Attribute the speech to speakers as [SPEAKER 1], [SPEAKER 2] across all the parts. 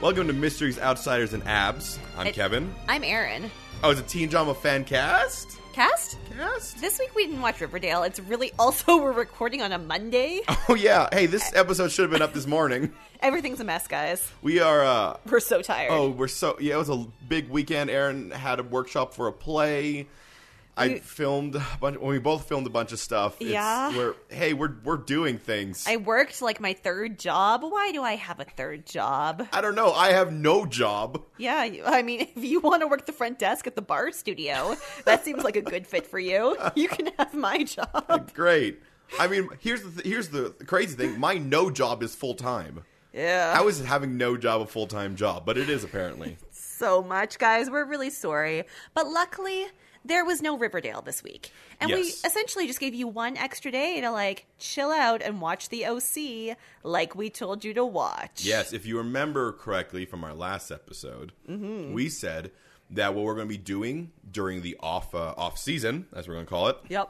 [SPEAKER 1] Welcome to Mysteries, Outsiders, and Abs. I'm
[SPEAKER 2] It-
[SPEAKER 1] Kevin.
[SPEAKER 2] I'm Erin.
[SPEAKER 1] Oh, it's a teen drama fan cast.
[SPEAKER 2] Cast?
[SPEAKER 1] Cast.
[SPEAKER 2] This week we didn't watch Riverdale. It's really also we're recording on a Monday.
[SPEAKER 1] Oh yeah. Hey, this episode should have been up this morning.
[SPEAKER 2] Everything's a mess, guys.
[SPEAKER 1] We are. uh
[SPEAKER 2] We're so tired.
[SPEAKER 1] Oh, we're so. Yeah, it was a big weekend. Aaron had a workshop for a play. I
[SPEAKER 2] We-
[SPEAKER 1] filmed a bunch. Well, we both filmed a bunch of stuff. It's-
[SPEAKER 2] Yeah.
[SPEAKER 1] We're hey, we're we're doing things.
[SPEAKER 2] I worked like my third job. Why do I have a third job?
[SPEAKER 1] I don't know. I have no job.
[SPEAKER 2] Yeah, you- I mean, if you want to work the front desk at the bar studio, that seems like a good fit for you. You can have my job.
[SPEAKER 1] Great. I mean, here's the th- here's the crazy thing. My no job is full time.
[SPEAKER 2] Yeah.
[SPEAKER 1] How is having no job a full time job? But it is apparently.
[SPEAKER 2] so much, guys. We're really sorry. But luckily, there was no Riverdale this week. And
[SPEAKER 1] Yes.
[SPEAKER 2] we essentially just gave you one extra day to like chill out and watch the OC like we told you to watch.
[SPEAKER 1] Yes, if you remember correctly from our last episode,
[SPEAKER 2] Mm-hmm.
[SPEAKER 1] we said that what we're going to be doing during the off uh, off season, as we're going to call it,
[SPEAKER 2] Yep.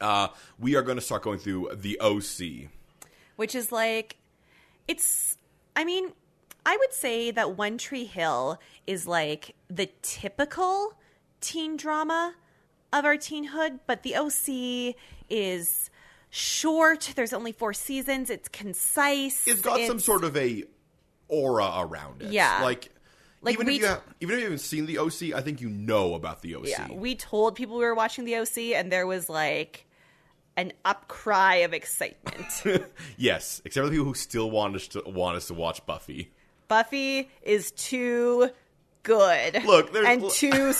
[SPEAKER 1] uh, we are going to start going through the OC.
[SPEAKER 2] Which is like, it's, I mean, I would say that One Tree Hill is like the typical teen drama of our teenhood, but the OC is short. There's only four seasons. It's concise.
[SPEAKER 1] It's got some sort of a aura around it.
[SPEAKER 2] Yeah.
[SPEAKER 1] like.
[SPEAKER 2] Like,
[SPEAKER 1] even,
[SPEAKER 2] we
[SPEAKER 1] if you
[SPEAKER 2] t-
[SPEAKER 1] have, even if you haven't seen the OC, I think you know about the OC.
[SPEAKER 2] Yeah, we told people we were watching the OC, and there was like an upcry of excitement.
[SPEAKER 1] yes, except for the people who still want us to want us to watch Buffy.
[SPEAKER 2] Buffy is too good.
[SPEAKER 1] Look, there's-
[SPEAKER 2] and too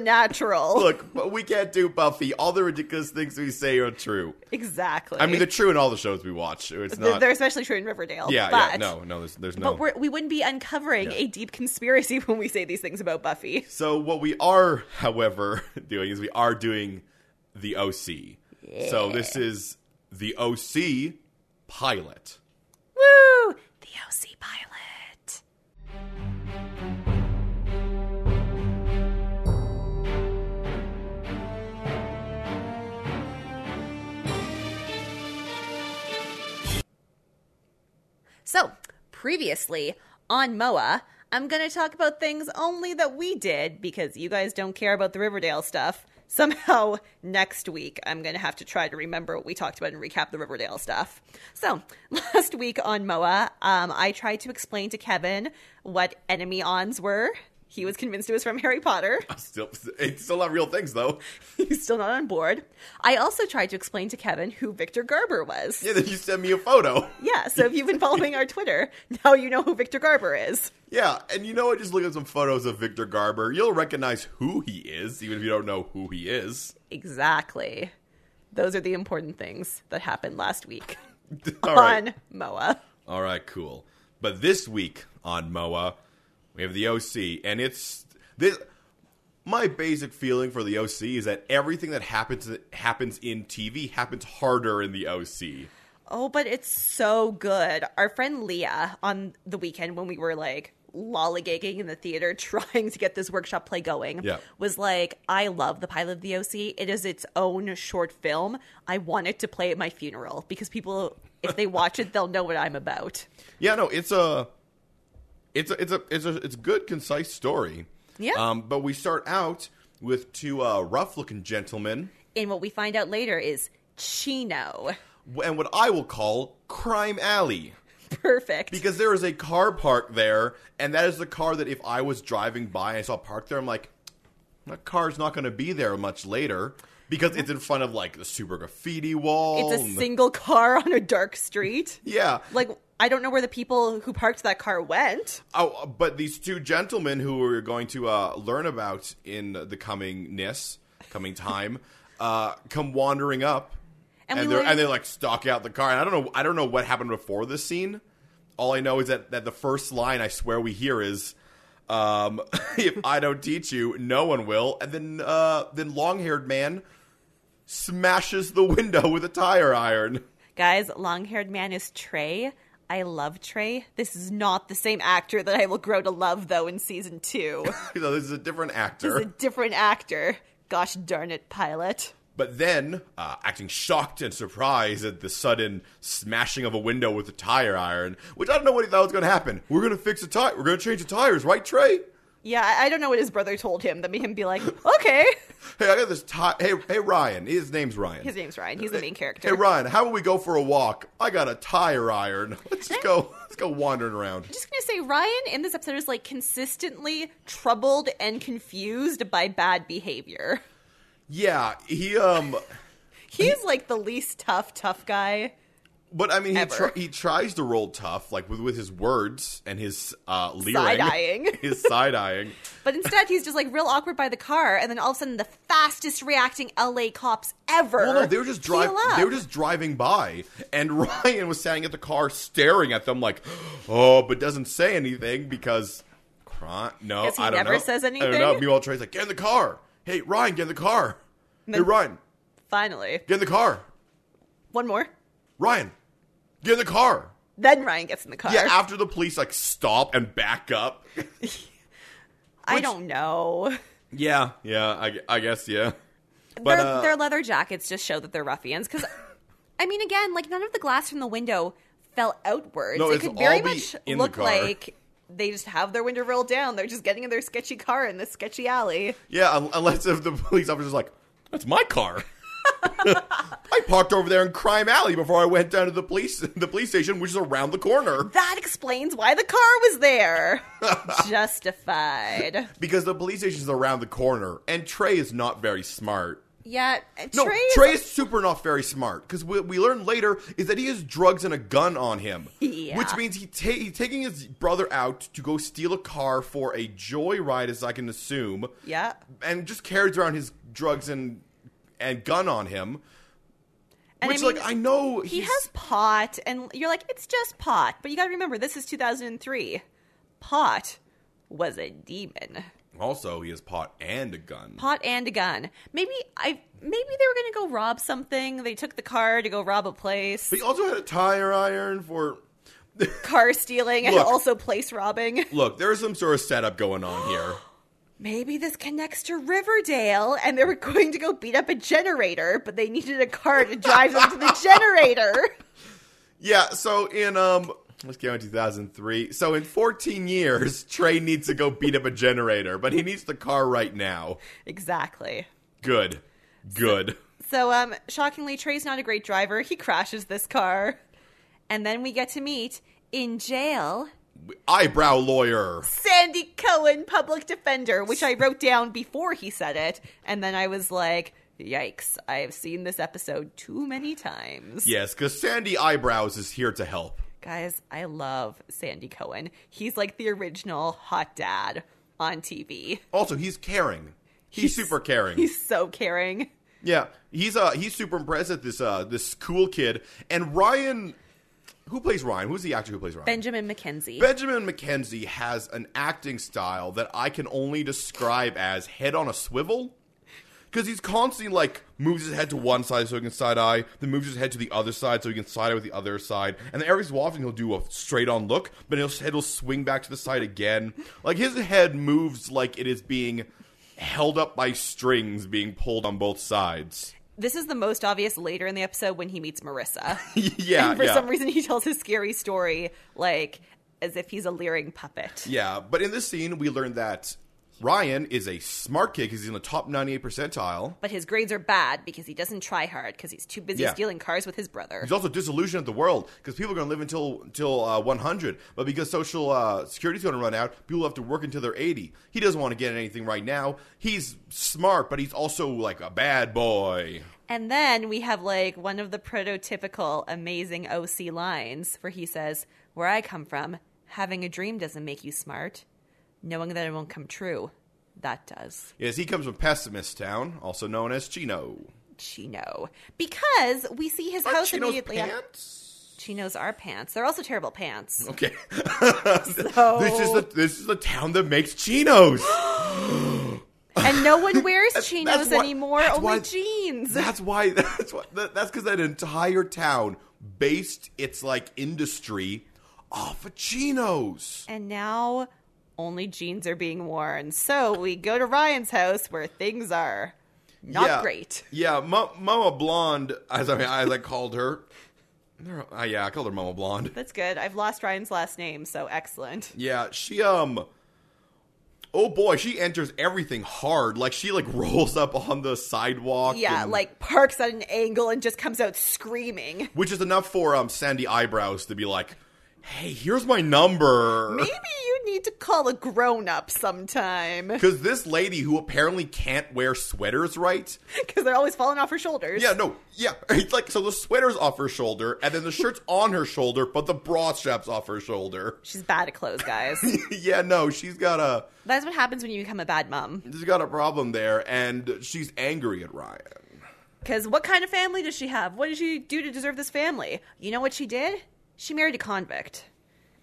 [SPEAKER 2] supernatural.
[SPEAKER 1] Look, but we can't do Buffy. All the ridiculous things we say are true.
[SPEAKER 2] exactly.
[SPEAKER 1] I mean, they're true in all the shows we watch. It's
[SPEAKER 2] They're-
[SPEAKER 1] not.
[SPEAKER 2] they're especially true in Riverdale.
[SPEAKER 1] yeah,
[SPEAKER 2] but,
[SPEAKER 1] yeah. No, no. There's, there's no.
[SPEAKER 2] But we're, we wouldn't be uncovering
[SPEAKER 1] Yeah.
[SPEAKER 2] a deep conspiracy when we say these things about Buffy.
[SPEAKER 1] So what we are, however, doing is we are doing the OC. So this is the OC pilot.
[SPEAKER 2] Woo! The OC pilot. So, previously on MOA, I'm going to talk about things only that we did because you guys don't care about the Riverdale stuff. Somehow, next week, I'm going to have to try to remember what we talked about and recap the Riverdale stuff. So, last week on MOA, um, I tried to explain to Kevin what enemy ons were. He was convinced it was from Harry Potter.
[SPEAKER 1] Still, it's still not real things though.
[SPEAKER 2] He's still not on board. I also tried to explain to Kevin who Victor Garber was.
[SPEAKER 1] Yeah, then you sent me a photo.
[SPEAKER 2] Yeah, so if you've been following our Twitter, now you know who Victor Garber is.
[SPEAKER 1] Yeah, and you know what? Just look at some photos of Victor Garber. You'll recognize who he is, even if you don't know who he is.
[SPEAKER 2] Exactly. Those are the important things that happened last week
[SPEAKER 1] All
[SPEAKER 2] on
[SPEAKER 1] right,
[SPEAKER 2] MOA.
[SPEAKER 1] all right, cool. But this week on Moa, we have the OC, and it's this. my basic feeling for the OC is that everything that happens happens in TV happens harder in the OC.
[SPEAKER 2] Oh, but it's so good. Our friend Leah on the weekend when we were like lollygagging in the theater trying to get this workshop play going
[SPEAKER 1] Yeah.
[SPEAKER 2] was like, I love the pilot of the OC. It is its own short film. I want it to play at my funeral because people, if they watch it, they'll know what I'm about.
[SPEAKER 1] Yeah, no, it's a it's a it's a it's a it's a good concise story.
[SPEAKER 2] Yeah.
[SPEAKER 1] Um, but we start out with two uh, rough-looking gentlemen
[SPEAKER 2] And what we find out later is Chino.
[SPEAKER 1] and what I will call crime alley.
[SPEAKER 2] Perfect.
[SPEAKER 1] Because there is a car parked there, and that is the car that if I was driving by and I saw parked there, I'm like, that car's not going to be there much later because it's in front of like the super graffiti wall.
[SPEAKER 2] It's a
[SPEAKER 1] and the-
[SPEAKER 2] single car on a dark street.
[SPEAKER 1] yeah.
[SPEAKER 2] Like I don't know where the people who parked that car went.
[SPEAKER 1] Oh, but these two gentlemen who we're going to uh, learn about in the coming ness, coming time, uh, come wandering up,
[SPEAKER 2] And
[SPEAKER 1] and,
[SPEAKER 2] we
[SPEAKER 1] they're
[SPEAKER 2] learn-
[SPEAKER 1] and they like stalk out the car. And I don't know, I don't know what happened before this scene. All I know is that that the first line I swear we hear is, um, "If I don't teach you, no one will." And then, uh, then long haired man smashes the window with a tire iron.
[SPEAKER 2] Guys, long-haired man is Trey. I love Trey. This is not the same actor that I will grow to love though in season 2.
[SPEAKER 1] so this is a different actor.
[SPEAKER 2] It's a different actor. Gosh darn it, pilot.
[SPEAKER 1] But then, uh, acting shocked and surprised at the sudden smashing of a window with a tire iron, which I don't know what he thought was going to happen. We're going to fix the tire. We're going to change the tires, right, Trey?
[SPEAKER 2] Yeah, I, I don't know what his brother told him. That made him be like, okay.
[SPEAKER 1] Hey, I got this tire. Hey, hey, Ryan. His name's Ryan.
[SPEAKER 2] His name's Ryan. He's the main character.
[SPEAKER 1] Hey, Ryan. How about we go for a walk? I got a tire iron. Let's just go. Let's go wandering around.
[SPEAKER 2] just gonna say Ryan in this episode is like consistently troubled and confused by bad behavior.
[SPEAKER 1] Yeah, he um.
[SPEAKER 2] He's like the least tough tough guy.
[SPEAKER 1] But I mean, he,
[SPEAKER 2] Ever.
[SPEAKER 1] tr- he tries to roll tough, like with, with his words and his uh, leering,
[SPEAKER 2] Side-eyeing.
[SPEAKER 1] his side eyeing.
[SPEAKER 2] But instead he's just like real awkward by the car and then all of a sudden the fastest reacting LA cops ever.
[SPEAKER 1] Well, no, they were just
[SPEAKER 2] drive.
[SPEAKER 1] driving. They were just driving by, and Ryan was standing at the car, staring at them like, "Oh," but doesn't say anything because, cr- no,
[SPEAKER 2] 'Cause he
[SPEAKER 1] I don't
[SPEAKER 2] never
[SPEAKER 1] know.
[SPEAKER 2] says
[SPEAKER 1] I
[SPEAKER 2] anything?
[SPEAKER 1] don't know. Meanwhile, Trey's like, "Get in the car." Hey, Ryan, get in the car. Hey, Ryan,
[SPEAKER 2] Finally.
[SPEAKER 1] get in the car.
[SPEAKER 2] One more.
[SPEAKER 1] Ryan, get in the car.
[SPEAKER 2] Then Ryan gets in the car.
[SPEAKER 1] Yeah, after the police like stop and back up.
[SPEAKER 2] I
[SPEAKER 1] which-
[SPEAKER 2] don't know.
[SPEAKER 1] Yeah, yeah, I, gu- I guess yeah.
[SPEAKER 2] Their,
[SPEAKER 1] But uh,
[SPEAKER 2] their leather jackets just show that they're ruffians. Because, I mean, again, like none of the glass from the window fell outwards.
[SPEAKER 1] No,
[SPEAKER 2] it
[SPEAKER 1] it's
[SPEAKER 2] could very
[SPEAKER 1] all be
[SPEAKER 2] much
[SPEAKER 1] in the
[SPEAKER 2] look
[SPEAKER 1] car.
[SPEAKER 2] like they just have their window rolled down. They're just getting in their sketchy car in this sketchy alley.
[SPEAKER 1] Yeah, un- unless if the police officer's like, "That's my car." I parked over there in Crime Alley before I went down to the police the police station, which is around the corner,
[SPEAKER 2] That explains why the car was there. Justified.
[SPEAKER 1] because the police station is around the corner, and Trey is not very smart.
[SPEAKER 2] Yeah,
[SPEAKER 1] No,
[SPEAKER 2] Trey.
[SPEAKER 1] Trey,
[SPEAKER 2] is-
[SPEAKER 1] is super not very smart because what we learn later is that he has drugs and a gun on him,
[SPEAKER 2] Yeah.
[SPEAKER 1] which means he ta- he's taking his brother out to go steal a car for a joyride, as I can assume.
[SPEAKER 2] yeah,
[SPEAKER 1] and just carries around his drugs and and gun on him.
[SPEAKER 2] And
[SPEAKER 1] which,
[SPEAKER 2] I mean,
[SPEAKER 1] like, I know
[SPEAKER 2] he
[SPEAKER 1] he's-
[SPEAKER 2] has pot, and you're like, it's just pot. But you got to remember, this is 2003. Pot was a demon.
[SPEAKER 1] Also, he has pot and a gun.
[SPEAKER 2] pot and a gun. Maybe I maybe they were going to go rob something. They took the car to go rob a place.
[SPEAKER 1] But he also had a tire iron for.
[SPEAKER 2] car stealing and
[SPEAKER 1] Look.
[SPEAKER 2] also place robbing.
[SPEAKER 1] Look, there's some sort of setup going on here.
[SPEAKER 2] Maybe this connects to Riverdale and they were going to go beat up a generator, but they needed a car to drive them to the generator.
[SPEAKER 1] Yeah, so in um, let's go in 2003. So in 14 years, Trey needs to go beat up a generator, but he needs the car right now.
[SPEAKER 2] Exactly.
[SPEAKER 1] Good, good.
[SPEAKER 2] So um shockingly Trey's not a great driver. He crashes this car. And then we get to meet in jail
[SPEAKER 1] Eyebrow lawyer.
[SPEAKER 2] Sandy Cohen, public defender, which I wrote down before he said it. And then I was like, yikes, I have seen this episode too many times.
[SPEAKER 1] Yes, because Sandy Eyebrows is here to help.
[SPEAKER 2] Guys, I love Sandy Cohen. He's like the original hot dad on TV.
[SPEAKER 1] Also, he's caring. He's, super caring.
[SPEAKER 2] He's so caring.
[SPEAKER 1] Yeah, he's uh he's super impressed at this uh this cool kid and Ryan, who plays Ryan? Who's the actor who plays Ryan?
[SPEAKER 2] Benjamin McKenzie.
[SPEAKER 1] Benjamin McKenzie has an acting style that I can only describe as head on a swivel. Because he's constantly like moves his head to one side so he can side eye, then moves his head to the other side so he can side eye with the other side, and then every so often he'll do a straight on look, but his head will swing back to the side again. Like his head moves like it is being held up by strings being pulled on both sides.
[SPEAKER 2] this is the most obvious later in the episode when he meets Marissa.
[SPEAKER 1] yeah,
[SPEAKER 2] and for
[SPEAKER 1] yeah.
[SPEAKER 2] some reason, he tells his scary story like as if he's a leering puppet.
[SPEAKER 1] Yeah, but in this scene, we learned that Ryan is a smart kid because he's in the top 98 percentile.
[SPEAKER 2] But his grades are bad because he doesn't try hard because he's too busy
[SPEAKER 1] Yeah.
[SPEAKER 2] stealing cars with his brother.
[SPEAKER 1] He's also disillusioned at the world because people are going to live until until uh, 100, but because social uh, security's going to run out, people have to work until they're 80. He doesn't want to get anything right now. He's smart, but he's also like a bad boy.
[SPEAKER 2] And then we have like one of the prototypical amazing OC lines where he says, Where I come from, having a dream doesn't make you smart. Knowing that it won't come true, that does.
[SPEAKER 1] Yes, he comes from Pessimist Town, also known as Chino.
[SPEAKER 2] Chino. Because we see his
[SPEAKER 1] Are
[SPEAKER 2] house
[SPEAKER 1] Chino's
[SPEAKER 2] immediately.
[SPEAKER 1] pants?
[SPEAKER 2] Chinos are pants. They're also terrible pants.
[SPEAKER 1] Okay.
[SPEAKER 2] So...
[SPEAKER 1] This is the this is the town that makes chinos.
[SPEAKER 2] and no one wears chinos
[SPEAKER 1] that's why-
[SPEAKER 2] anymore,
[SPEAKER 1] that's
[SPEAKER 2] only
[SPEAKER 1] why-
[SPEAKER 2] jeans.
[SPEAKER 1] That's why. That's why. that- That's because that entire town based its like industry off of chinos.
[SPEAKER 2] And now only jeans are being worn. So we go to Ryan's house where things are Not
[SPEAKER 1] Yeah.
[SPEAKER 2] great.
[SPEAKER 1] Yeah, Mo- Mama Blonde, as I, as I called her. No, uh, yeah, I called her Mama Blonde.
[SPEAKER 2] That's good. I've lost Ryan's last name, so excellent.
[SPEAKER 1] Yeah, she um Oh boy, she enters everything hard. Like she like rolls up on the sidewalk.
[SPEAKER 2] Yeah,
[SPEAKER 1] and-
[SPEAKER 2] like parks at an angle and just comes out screaming.
[SPEAKER 1] which is enough for um Sandy Eyebrows to be like, "Hey, here's my number."
[SPEAKER 2] Maybe you need to call a grown up sometime
[SPEAKER 1] Cuz this lady who apparently can't wear sweaters right.
[SPEAKER 2] because they're always falling off her shoulders.
[SPEAKER 1] Yeah, no. Yeah, it's like so the sweater's off her shoulder and then the shirt's on her shoulder, but the bra strap's off her shoulder.
[SPEAKER 2] She's bad at clothes, guys.
[SPEAKER 1] yeah, no, she's got a
[SPEAKER 2] That's what happens when you become a bad mom.
[SPEAKER 1] she's got a problem there and she's angry at Ryan.
[SPEAKER 2] Because what kind of family does she have? What did she do to deserve this family? You know what she did? She married a convict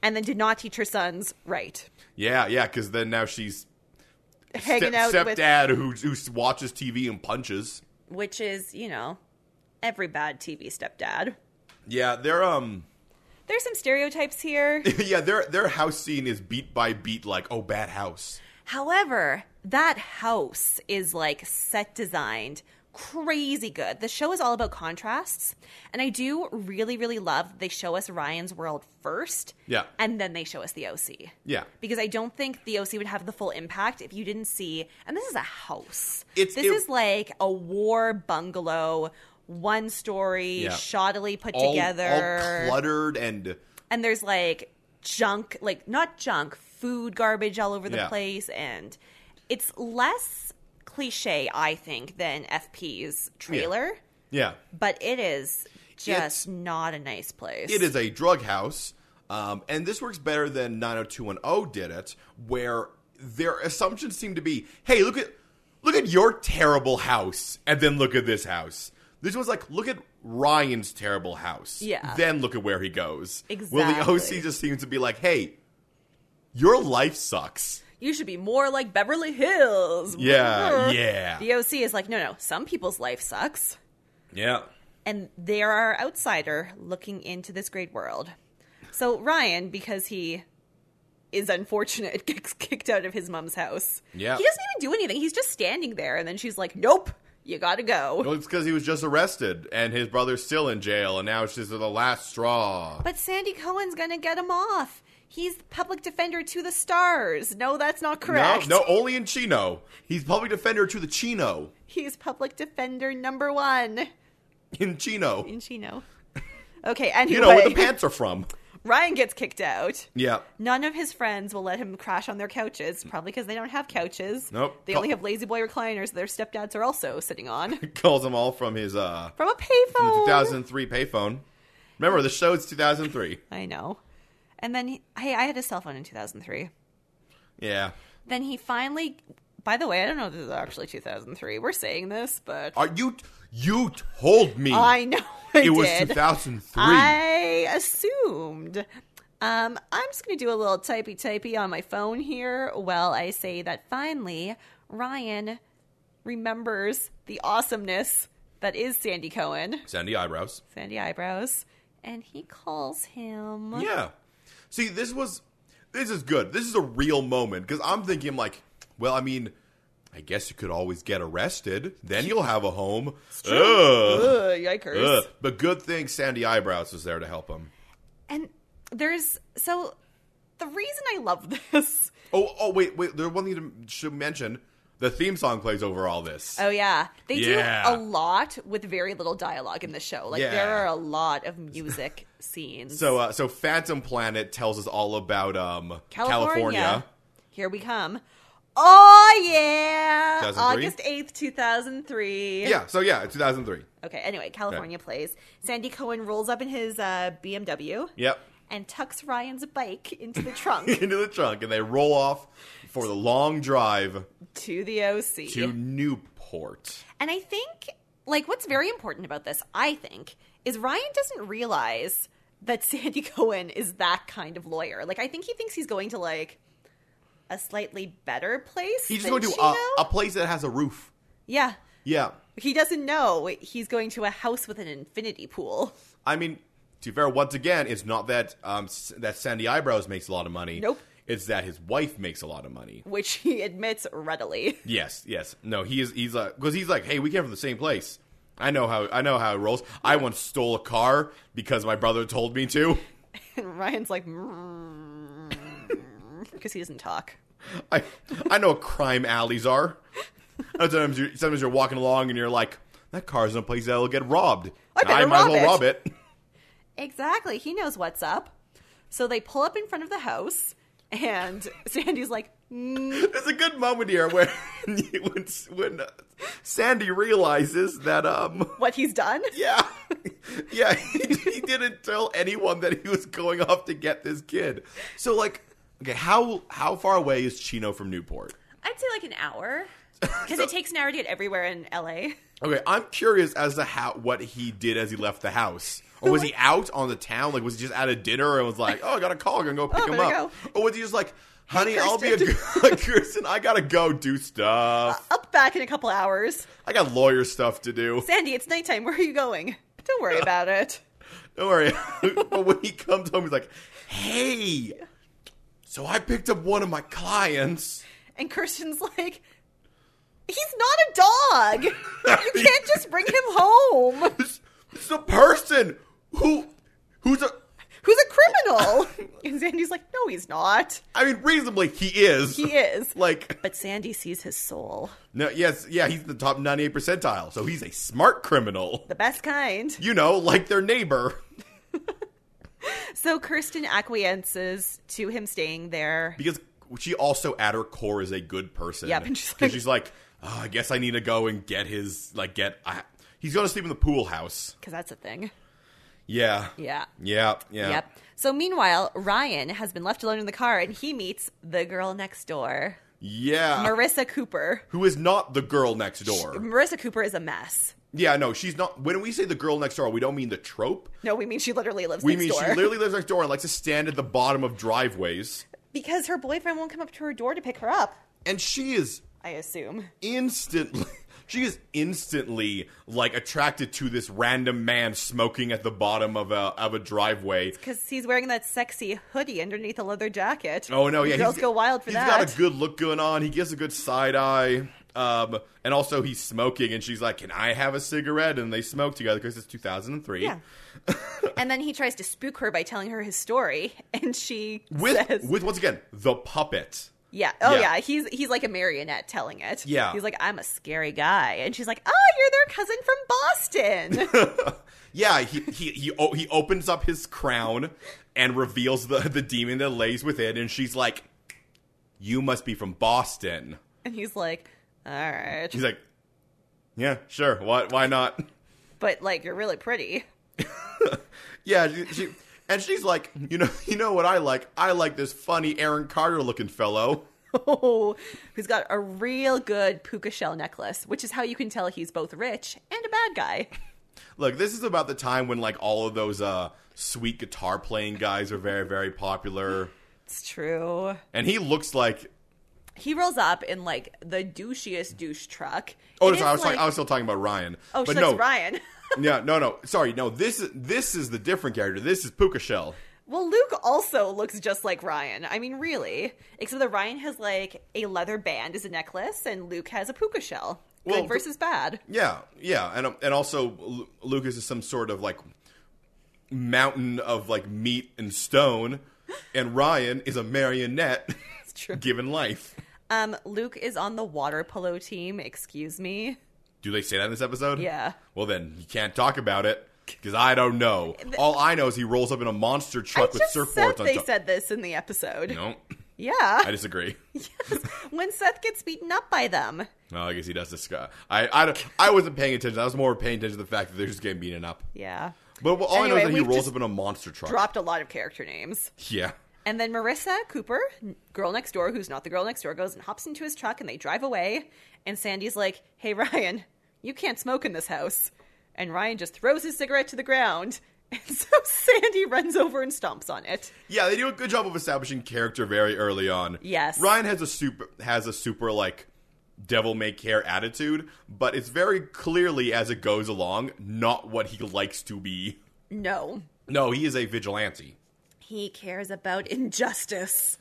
[SPEAKER 2] and then did not teach her sons right.
[SPEAKER 1] Yeah, yeah, because then now she's
[SPEAKER 2] Hanging out with
[SPEAKER 1] stepdad who who watches TV and punches.
[SPEAKER 2] which is, you know, every bad TV stepdad.
[SPEAKER 1] Yeah, their um,
[SPEAKER 2] There's some stereotypes here.
[SPEAKER 1] yeah, their their house scene is beat by beat, like oh, bad house.
[SPEAKER 2] However, that house is like set designed crazy good. The show is all about contrasts, and I do really really love that they show us Ryan's world first.
[SPEAKER 1] Yeah.
[SPEAKER 2] And then they show us the OC.
[SPEAKER 1] Yeah,
[SPEAKER 2] Because I don't think the OC would have the full impact if you didn't see. And this is a house.
[SPEAKER 1] It's-
[SPEAKER 2] this
[SPEAKER 1] it-
[SPEAKER 2] is like a war bungalow, one story,
[SPEAKER 1] Yeah.
[SPEAKER 2] shoddily put
[SPEAKER 1] all,
[SPEAKER 2] together
[SPEAKER 1] all cluttered and
[SPEAKER 2] and there's like junk like not junk food garbage all over the
[SPEAKER 1] Yeah.
[SPEAKER 2] place and it's less cliche i think than fp's trailer
[SPEAKER 1] yeah,
[SPEAKER 2] but it is
[SPEAKER 1] It's-
[SPEAKER 2] just not a nice place
[SPEAKER 1] it is a drug house. Um, and this works better than 90210 did it, where their assumptions seem to be, hey, look at look at your terrible house, and then look at this house. This one's like, look at Ryan's terrible house.
[SPEAKER 2] Yeah.
[SPEAKER 1] Then look at where he goes. Well, the
[SPEAKER 2] Exactly.
[SPEAKER 1] OC just seems to be like, hey, your life sucks.
[SPEAKER 2] you should be more like beverly hills
[SPEAKER 1] Yeah,
[SPEAKER 2] Brr.
[SPEAKER 1] yeah.
[SPEAKER 2] the oc is like no no some people's life sucks
[SPEAKER 1] Yeah.
[SPEAKER 2] and they're our outsider looking into this great world. So Ryan, because he is unfortunate, gets kicked out of his mom's house.
[SPEAKER 1] Yeah.
[SPEAKER 2] He doesn't even do anything. He's just standing there, and then she's like, "Nope, you gotta go."
[SPEAKER 1] Well, it's because he was just arrested, and his brother's still in jail, and now it's just the last straw.
[SPEAKER 2] But Sandy Cohen's gonna get him off. He's the public defender to the stars. No, that's not correct.
[SPEAKER 1] No, no, only in Chino. He's public defender to the Chino.
[SPEAKER 2] He's public defender number one
[SPEAKER 1] In Chino.
[SPEAKER 2] in Chino. Okay, anyway,
[SPEAKER 1] you know where the pants are from.
[SPEAKER 2] Ryan gets kicked out.
[SPEAKER 1] Yeah.
[SPEAKER 2] None of his friends will let him crash on their couches, probably because they don't have couches.
[SPEAKER 1] Nope.
[SPEAKER 2] They only have lazy boy recliners that their stepdads are also sitting on
[SPEAKER 1] Calls them all from his uh
[SPEAKER 2] from a
[SPEAKER 1] from the
[SPEAKER 2] payphone.
[SPEAKER 1] 2003 payphone. Remember, the show is 2003.
[SPEAKER 2] I know. And then, he, hey, I had a cell phone in 2003.
[SPEAKER 1] Yeah.
[SPEAKER 2] Then he finally, by the way, I don't know if this is actually 2003. We're saying this, but
[SPEAKER 1] Are you you told me
[SPEAKER 2] I know I
[SPEAKER 1] it was
[SPEAKER 2] did.
[SPEAKER 1] 2003.
[SPEAKER 2] I assumed. Um, I'm just going to do a little typey typey on my phone here while I say that finally Ryan remembers the awesomeness that is Sandy Cohen,
[SPEAKER 1] Sandy eyebrows.
[SPEAKER 2] Sandy Eyebrows, and he calls him.
[SPEAKER 1] Yeah. See, this was this is good. This is a real moment because I'm thinking like, well, I mean, I guess you could always get arrested. Then you'll have a home. Ugh.
[SPEAKER 2] Ugh, yikers.
[SPEAKER 1] Ugh. But good thing Sandy Eyebrows was there to help him.
[SPEAKER 2] And there's so the reason I love this.
[SPEAKER 1] Oh, oh, wait, wait. There's one thing to should mention. The theme song plays over all this.
[SPEAKER 2] Oh yeah, they
[SPEAKER 1] Yeah.
[SPEAKER 2] do a lot with very little dialogue in the show. Like there
[SPEAKER 1] Yeah.
[SPEAKER 2] are a lot of music scenes.
[SPEAKER 1] So, uh, so Phantom Planet tells us all about um,
[SPEAKER 2] California.
[SPEAKER 1] California.
[SPEAKER 2] Here we come. Oh yeah,
[SPEAKER 1] 2003?
[SPEAKER 2] August eighth, two thousand three.
[SPEAKER 1] Yeah. So yeah, 2003.
[SPEAKER 2] Okay. Anyway, California plays. Sandy Cohen rolls up in his uh, BMW
[SPEAKER 1] Yep.
[SPEAKER 2] and tucks Ryan's bike into the trunk
[SPEAKER 1] Into the trunk, and they roll off for the long drive
[SPEAKER 2] to the OC.
[SPEAKER 1] to Newport.
[SPEAKER 2] And I think, like, what's very important about this, I think, is Ryan doesn't realize that Sandy Cohen is that kind of lawyer. Like, I think he thinks he's going to like a slightly better place.
[SPEAKER 1] He's just
[SPEAKER 2] than
[SPEAKER 1] going to
[SPEAKER 2] Chino.
[SPEAKER 1] a, a place that has a roof.
[SPEAKER 2] yeah.
[SPEAKER 1] Yeah.
[SPEAKER 2] He doesn't know he's going to a house with an infinity pool.
[SPEAKER 1] I mean, to be fair, once again, it's not that um, s- that Sandy Eyebrows makes a lot of money.
[SPEAKER 2] Nope.
[SPEAKER 1] It's that his wife makes a lot of money.
[SPEAKER 2] which he admits readily.
[SPEAKER 1] Yes, yes. No, he is. He's like because he's like, hey, we came from the same place. I know how I know how it rolls. I once stole a car because my brother told me to.
[SPEAKER 2] And Ryan's like, because he doesn't talk.
[SPEAKER 1] I I know what crime alleys are. I know Sometimes you sometimes you're walking along and you're like, that car's in a place that'll get robbed.
[SPEAKER 2] I
[SPEAKER 1] And
[SPEAKER 2] better
[SPEAKER 1] might
[SPEAKER 2] rob
[SPEAKER 1] as well
[SPEAKER 2] it."
[SPEAKER 1] rob it.
[SPEAKER 2] Exactly. He knows what's up. So they pull up in front of the house, and Sandy's like, mm,
[SPEAKER 1] There's a good moment here where when when uh, Sandy realizes that um
[SPEAKER 2] what he's done?
[SPEAKER 1] yeah yeah he, he didn't tell anyone that he was going off to get this kid. So like okay how how far away is Chino from Newport?
[SPEAKER 2] I'd say like an hour. Because it takes an hour to get everywhere in LA.
[SPEAKER 1] Okay, I'm curious as to how what he did as he left the house. Or was he out on the town? Like, was he just at a dinner and was like, "Oh, I got a call, I'm gonna go pick
[SPEAKER 2] Oh,
[SPEAKER 1] him
[SPEAKER 2] better
[SPEAKER 1] up," or was he just like, "Honey, I'll be a,
[SPEAKER 2] Kirsten.
[SPEAKER 1] g- a Kirsten. I gotta go do stuff.
[SPEAKER 2] Up back in a couple hours.
[SPEAKER 1] I got lawyer stuff to do.
[SPEAKER 2] Sandy, it's nighttime. Where are you going? Don't worry about it.
[SPEAKER 1] Don't worry." but when he comes home, he's like, "Hey, so I picked up one of my clients."
[SPEAKER 2] And Kirsten's like, he's not a dog. You can't just bring him home.
[SPEAKER 1] This, this is a person who, who's a.
[SPEAKER 2] Who's a criminal? And Sandy's like, no, he's not.
[SPEAKER 1] I mean, reasonably, he is.
[SPEAKER 2] He is.
[SPEAKER 1] like.
[SPEAKER 2] But Sandy sees his soul.
[SPEAKER 1] No, yes, yeah, he's in the top 98 percentile, so he's a smart criminal.
[SPEAKER 2] The best kind.
[SPEAKER 1] You know, like their neighbor.
[SPEAKER 2] So Kirsten acquiesces to him staying there.
[SPEAKER 1] Because she also, at her core, is a good person.
[SPEAKER 2] Yeah, but she's
[SPEAKER 1] 'Cause
[SPEAKER 2] like-
[SPEAKER 1] she's like, oh, I guess I need to go and get his, like, get. I, he's going to sleep in the pool house.
[SPEAKER 2] Because that's a thing.
[SPEAKER 1] Yeah.
[SPEAKER 2] Yeah.
[SPEAKER 1] Yeah, yeah.
[SPEAKER 2] Yep. So meanwhile, Ryan has been left alone in the car and he meets the girl next door,
[SPEAKER 1] Yeah.
[SPEAKER 2] Marissa Cooper.
[SPEAKER 1] Who is not the girl next door.
[SPEAKER 2] Marissa Cooper is a mess.
[SPEAKER 1] Yeah, no, she's not. When we say the girl next door, we don't mean the trope.
[SPEAKER 2] No, we mean she literally lives
[SPEAKER 1] We
[SPEAKER 2] next
[SPEAKER 1] mean
[SPEAKER 2] door.
[SPEAKER 1] she literally lives next door and likes to stand at the bottom of driveways.
[SPEAKER 2] because her boyfriend won't come up to her door to pick her up,
[SPEAKER 1] And she is
[SPEAKER 2] I assume.
[SPEAKER 1] instantly she is instantly like attracted to this random man smoking at the bottom of a of a driveway.
[SPEAKER 2] Because he's wearing that sexy hoodie underneath a leather jacket.
[SPEAKER 1] Oh no, yeah,
[SPEAKER 2] The girls
[SPEAKER 1] he's-
[SPEAKER 2] go wild for that.
[SPEAKER 1] He's got a good look going on. He gives a good side eye. Um, and also he's smoking, and she's like, "Can I have a cigarette?" And they smoke together because it's 2003.
[SPEAKER 2] Yeah. and then he tries to spook her by telling her his story, and she
[SPEAKER 1] With
[SPEAKER 2] says,
[SPEAKER 1] with once again the puppet.
[SPEAKER 2] "Yeah, oh
[SPEAKER 1] Yeah.
[SPEAKER 2] yeah. he's he's like a marionette telling it.
[SPEAKER 1] Yeah.
[SPEAKER 2] he's like, I'm a scary guy," and she's like, "Oh, you're their cousin from Boston."
[SPEAKER 1] Yeah, he he he, o- he opens up his crown and reveals the the demon that lays within, and she's like, "You must be from Boston."
[SPEAKER 2] and he's like, "All right,
[SPEAKER 1] He's like, yeah, sure. Why? Why not?
[SPEAKER 2] but like you're really pretty."
[SPEAKER 1] Yeah. She, she, and she's like, you know, you know what I like? I like this funny Aaron Carter looking fellow.
[SPEAKER 2] Oh, who's got a real good puka shell necklace, which is how you can tell he's both rich and a bad guy.
[SPEAKER 1] Look, this is about the time when like all of those uh sweet guitar playing guys are very very popular,
[SPEAKER 2] It's true.
[SPEAKER 1] and he looks like.
[SPEAKER 2] He rolls up in like the douchiest douche truck.
[SPEAKER 1] Oh,
[SPEAKER 2] It
[SPEAKER 1] no, sorry, I
[SPEAKER 2] is,
[SPEAKER 1] was talking, I was still talking about Ryan.
[SPEAKER 2] oh,
[SPEAKER 1] but
[SPEAKER 2] she
[SPEAKER 1] no,
[SPEAKER 2] likes Ryan.
[SPEAKER 1] yeah, no, no. Sorry, no. This is this is the different character. This is Puka Shell.
[SPEAKER 2] Well, Luke also looks just like Ryan. I mean, really. Except that Ryan has like a leather band as a necklace, and Luke has a puka shell. Good
[SPEAKER 1] Well,
[SPEAKER 2] versus bad.
[SPEAKER 1] Yeah, yeah, and um, and also Lu- Lucas is some sort of like mountain of like meat and stone, and Ryan is a marionette
[SPEAKER 2] It's true.
[SPEAKER 1] given life.
[SPEAKER 2] Um, Luke is on the water polo team. Excuse me.
[SPEAKER 1] Do they say that in this episode?
[SPEAKER 2] Yeah.
[SPEAKER 1] Well, then you can't talk about it because I don't know. All I know is he rolls up in a monster
[SPEAKER 2] I
[SPEAKER 1] truck with
[SPEAKER 2] just said
[SPEAKER 1] surfboards on
[SPEAKER 2] they
[SPEAKER 1] top.
[SPEAKER 2] said this in the episode.
[SPEAKER 1] no, I
[SPEAKER 2] Yeah.
[SPEAKER 1] disagree.
[SPEAKER 2] when Seth gets beaten up by them.
[SPEAKER 1] Well, I guess he does discuss. I I, don't- I wasn't paying attention. I was more paying attention to the fact that they're just getting beaten up.
[SPEAKER 2] Yeah.
[SPEAKER 1] But all I know is
[SPEAKER 2] Anyway,
[SPEAKER 1] that he
[SPEAKER 2] we've
[SPEAKER 1] rolls
[SPEAKER 2] just
[SPEAKER 1] up in a monster truck.
[SPEAKER 2] Dropped a lot of character names.
[SPEAKER 1] yeah.
[SPEAKER 2] And then Marissa Cooper, n- girl next door, who's not the girl next door, goes and hops into his truck and they drive away. And Sandy's like, Hey, Ryan, you can't smoke in this house. And Ryan just throws his cigarette to the ground. And so Sandy runs over and stomps on it.
[SPEAKER 1] Yeah, they do a good job of establishing character very early on.
[SPEAKER 2] Yes.
[SPEAKER 1] Ryan has a super has a super like devil may care attitude, but it's very clearly as it goes along not what he likes to be.
[SPEAKER 2] No,
[SPEAKER 1] No, he is a vigilante.
[SPEAKER 2] he cares about injustice.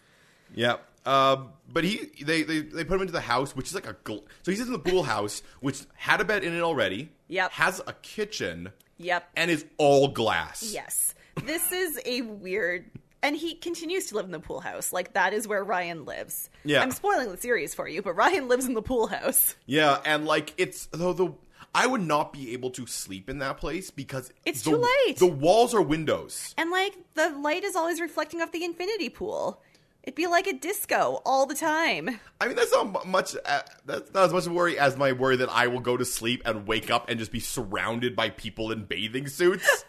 [SPEAKER 1] Yeah. Um, but he they, they they put him into the house, which is like a gl- so he's in the pool house, which had a bed in it already.
[SPEAKER 2] Yep.
[SPEAKER 1] Has a kitchen
[SPEAKER 2] Yep.
[SPEAKER 1] and is all glass.
[SPEAKER 2] Yes. This is a weird. And he continues to live in the pool house. Like, that is where Ryan lives.
[SPEAKER 1] Yeah.
[SPEAKER 2] I'm spoiling the series for you, but Ryan lives in the pool house.
[SPEAKER 1] Yeah, and like it's though the I would not be able to sleep in that place because
[SPEAKER 2] It's
[SPEAKER 1] the-
[SPEAKER 2] too light.
[SPEAKER 1] The walls are windows.
[SPEAKER 2] And, like, the light is always reflecting off the infinity pool. It'd be like a disco all the time.
[SPEAKER 1] I mean, that's not mu- much. Uh, that's not as much worry as my worry that I will go to sleep and wake up and just be surrounded by people in bathing suits.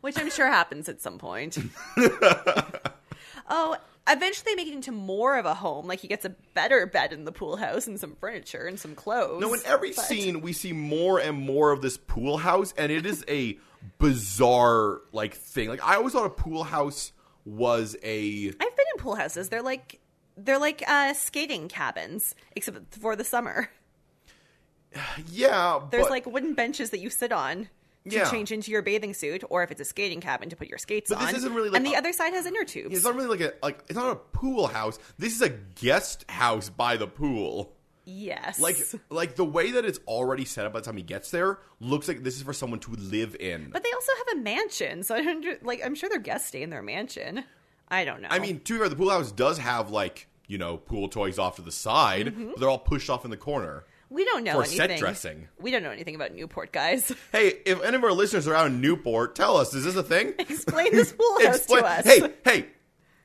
[SPEAKER 2] which I'm sure happens at some point. oh, eventually they make it into more of a home. Like he gets a better bed in the pool house and some furniture and some clothes.
[SPEAKER 1] no, in every
[SPEAKER 2] But-
[SPEAKER 1] scene we see more and more of this pool house, and it is a bizarre like thing. Like I always thought a pool house was a
[SPEAKER 2] I've been in pool houses. They're like they're like uh, skating cabins, except for the summer.
[SPEAKER 1] yeah.
[SPEAKER 2] There's
[SPEAKER 1] but-
[SPEAKER 2] like wooden benches that you sit on. To
[SPEAKER 1] Yeah.
[SPEAKER 2] change into your bathing suit, or if it's a skating cabin, to put your skates
[SPEAKER 1] But
[SPEAKER 2] on.
[SPEAKER 1] this isn't really like
[SPEAKER 2] and the
[SPEAKER 1] a-
[SPEAKER 2] other side has inner tubes.
[SPEAKER 1] It's not really like a like. It's not a pool house. This is a guest house by the pool.
[SPEAKER 2] yes,
[SPEAKER 1] Like like the way that it's already set up by the time he gets there looks like this is for someone to live in.
[SPEAKER 2] But they also have a mansion, so I don't like. I'm sure their guests stay in their mansion. I don't know.
[SPEAKER 1] I mean, to be fair, the pool house does have like you know pool toys off to the side,
[SPEAKER 2] Mm-hmm.
[SPEAKER 1] but they're all pushed off in the corner.
[SPEAKER 2] we don't know
[SPEAKER 1] for
[SPEAKER 2] anything.
[SPEAKER 1] set dressing.
[SPEAKER 2] We don't know anything about Newport, guys.
[SPEAKER 1] Hey, if any of our listeners are out in Newport, tell us is this a thing?
[SPEAKER 2] Explain this pool house to us.
[SPEAKER 1] Hey, hey,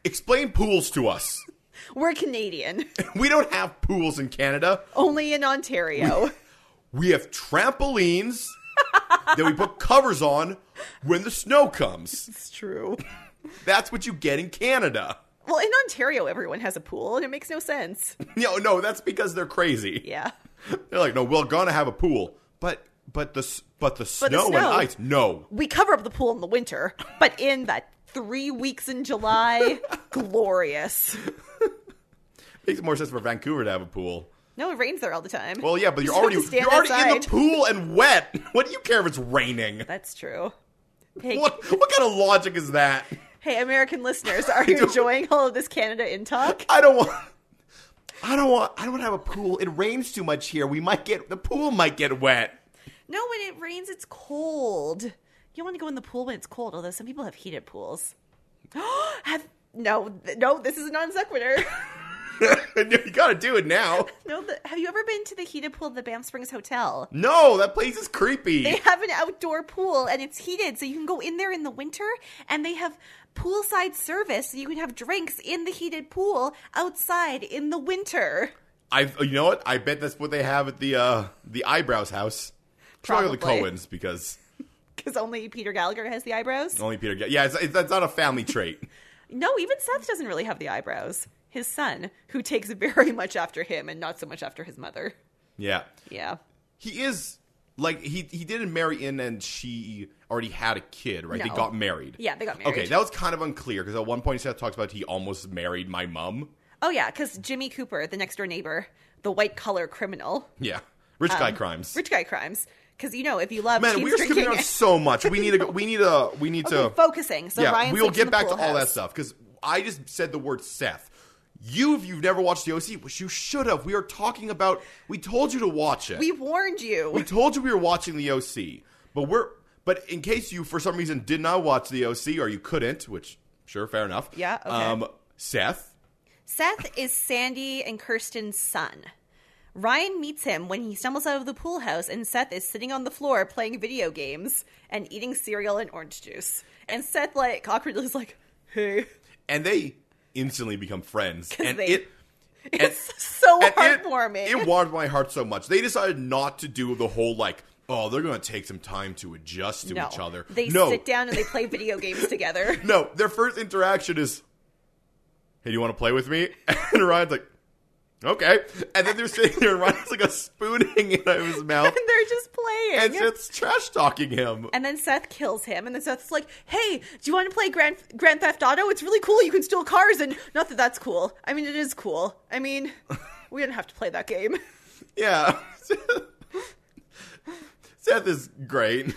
[SPEAKER 1] explain pools to us.
[SPEAKER 2] We're Canadian,
[SPEAKER 1] we don't have pools in Canada.
[SPEAKER 2] only in Ontario.
[SPEAKER 1] We have trampolines that we put covers on when the snow comes.
[SPEAKER 2] it's true.
[SPEAKER 1] That's what you get in Canada.
[SPEAKER 2] Well, in Ontario, everyone has a pool, and it makes no sense.
[SPEAKER 1] No, no, that's because they're crazy.
[SPEAKER 2] Yeah.
[SPEAKER 1] They're like, no, we're gonna have a pool, but but the s- but the snow,
[SPEAKER 2] But the
[SPEAKER 1] and
[SPEAKER 2] snow-
[SPEAKER 1] ice, no.
[SPEAKER 2] We cover up the pool in the winter, but in that three weeks in July, glorious.
[SPEAKER 1] Makes more sense for Vancouver to have a pool.
[SPEAKER 2] No, it rains there all the time.
[SPEAKER 1] Well, yeah, but
[SPEAKER 2] You
[SPEAKER 1] you're
[SPEAKER 2] just have
[SPEAKER 1] already
[SPEAKER 2] to stand
[SPEAKER 1] you're already in the
[SPEAKER 2] outside.
[SPEAKER 1] pool and wet. What do you care if it's raining?
[SPEAKER 2] That's true. Hey,
[SPEAKER 1] What what kind of logic is that?
[SPEAKER 2] hey, American listeners, are you
[SPEAKER 1] don't-
[SPEAKER 2] enjoying all of this Canada in talk?
[SPEAKER 1] I don't want. I don't want. I don't want to have a pool. It rains too much here. We might get the pool might get wet.
[SPEAKER 2] No, when it rains, it's cold. You don't want to go in the pool when it's cold, although some people have heated pools. have no, th- no, this is a non sequitur.
[SPEAKER 1] you gotta do it now.
[SPEAKER 2] no, the, have you ever been to the heated pool at the Banff Springs Hotel?
[SPEAKER 1] No, that place is creepy.
[SPEAKER 2] They have an outdoor pool and it's heated, so you can go in there in the winter. And they have poolside service, so you can have drinks in the heated pool outside in the winter.
[SPEAKER 1] I, you know what? I bet that's what they have at the uh the eyebrows house. Probably, the
[SPEAKER 2] Probably.
[SPEAKER 1] Cohens because
[SPEAKER 2] Because only Peter Gallagher has the eyebrows.
[SPEAKER 1] only Peter. Ga- Yeah, it's, it's, that's not a family trait.
[SPEAKER 2] No, even Seth doesn't really have the eyebrows. His son, who takes very much after him and not so much after his mother.
[SPEAKER 1] Yeah,
[SPEAKER 2] Yeah.
[SPEAKER 1] he is like he he didn't marry in, and she already had a kid, right? They
[SPEAKER 2] No.
[SPEAKER 1] got married.
[SPEAKER 2] Yeah, they got married.
[SPEAKER 1] Okay, that was kind of unclear because at one point Seth talks about he almost married my mom.
[SPEAKER 2] oh, yeah, because Jimmy Cooper, the next door neighbor, the white collar criminal,
[SPEAKER 1] Yeah, rich guy crimes.
[SPEAKER 2] Um, rich guy crimes. Because, you know, if you love
[SPEAKER 1] Man,
[SPEAKER 2] teens
[SPEAKER 1] we are skipping
[SPEAKER 2] drinking.
[SPEAKER 1] on so much. We need to. go- We need to. We need to.
[SPEAKER 2] Okay, focusing. So Ryan
[SPEAKER 1] we will
[SPEAKER 2] sleeps in
[SPEAKER 1] get
[SPEAKER 2] the
[SPEAKER 1] back to
[SPEAKER 2] pool
[SPEAKER 1] all that
[SPEAKER 2] house.
[SPEAKER 1] stuff because I just said the word Seth. You, if you've never watched the OC, which you should have, we are talking about. We told you to watch it.
[SPEAKER 2] We warned you.
[SPEAKER 1] We told you we were watching the OC, but we're. But in case you, for some reason, did not watch the OC or you couldn't, which sure, fair enough. um,
[SPEAKER 2] Yeah, okay.
[SPEAKER 1] Seth.
[SPEAKER 2] Seth is Sandy and Kirsten's son. Ryan meets him when he stumbles out of the pool house, and Seth is sitting on the floor playing video games and eating cereal and orange juice. And Seth, like, awkwardly is like, hey.
[SPEAKER 1] and they instantly become friends. And
[SPEAKER 2] they-
[SPEAKER 1] it
[SPEAKER 2] It's so
[SPEAKER 1] and it-
[SPEAKER 2] heartwarming.
[SPEAKER 1] It, warmed my heart so much. They decided not to do the whole like, oh, they're going to take some time to adjust to each other.
[SPEAKER 2] They
[SPEAKER 1] no,
[SPEAKER 2] sit down and they play video games together.
[SPEAKER 1] no. Their first interaction is, hey, do you want to play with me? And Ryan's like. Okay, and then they're sitting there, and Ryan's like a spoon hanging out of his mouth,
[SPEAKER 2] And they're just playing.
[SPEAKER 1] and it's trash talking him.
[SPEAKER 2] And then Seth kills him, and then Seth's like, "Hey, do you want to play Grand Grand Theft Auto? It's really cool. You can steal cars, and not that that's cool. I mean, it is cool. I mean, we didn't have to play that game.
[SPEAKER 1] Yeah, Seth is great.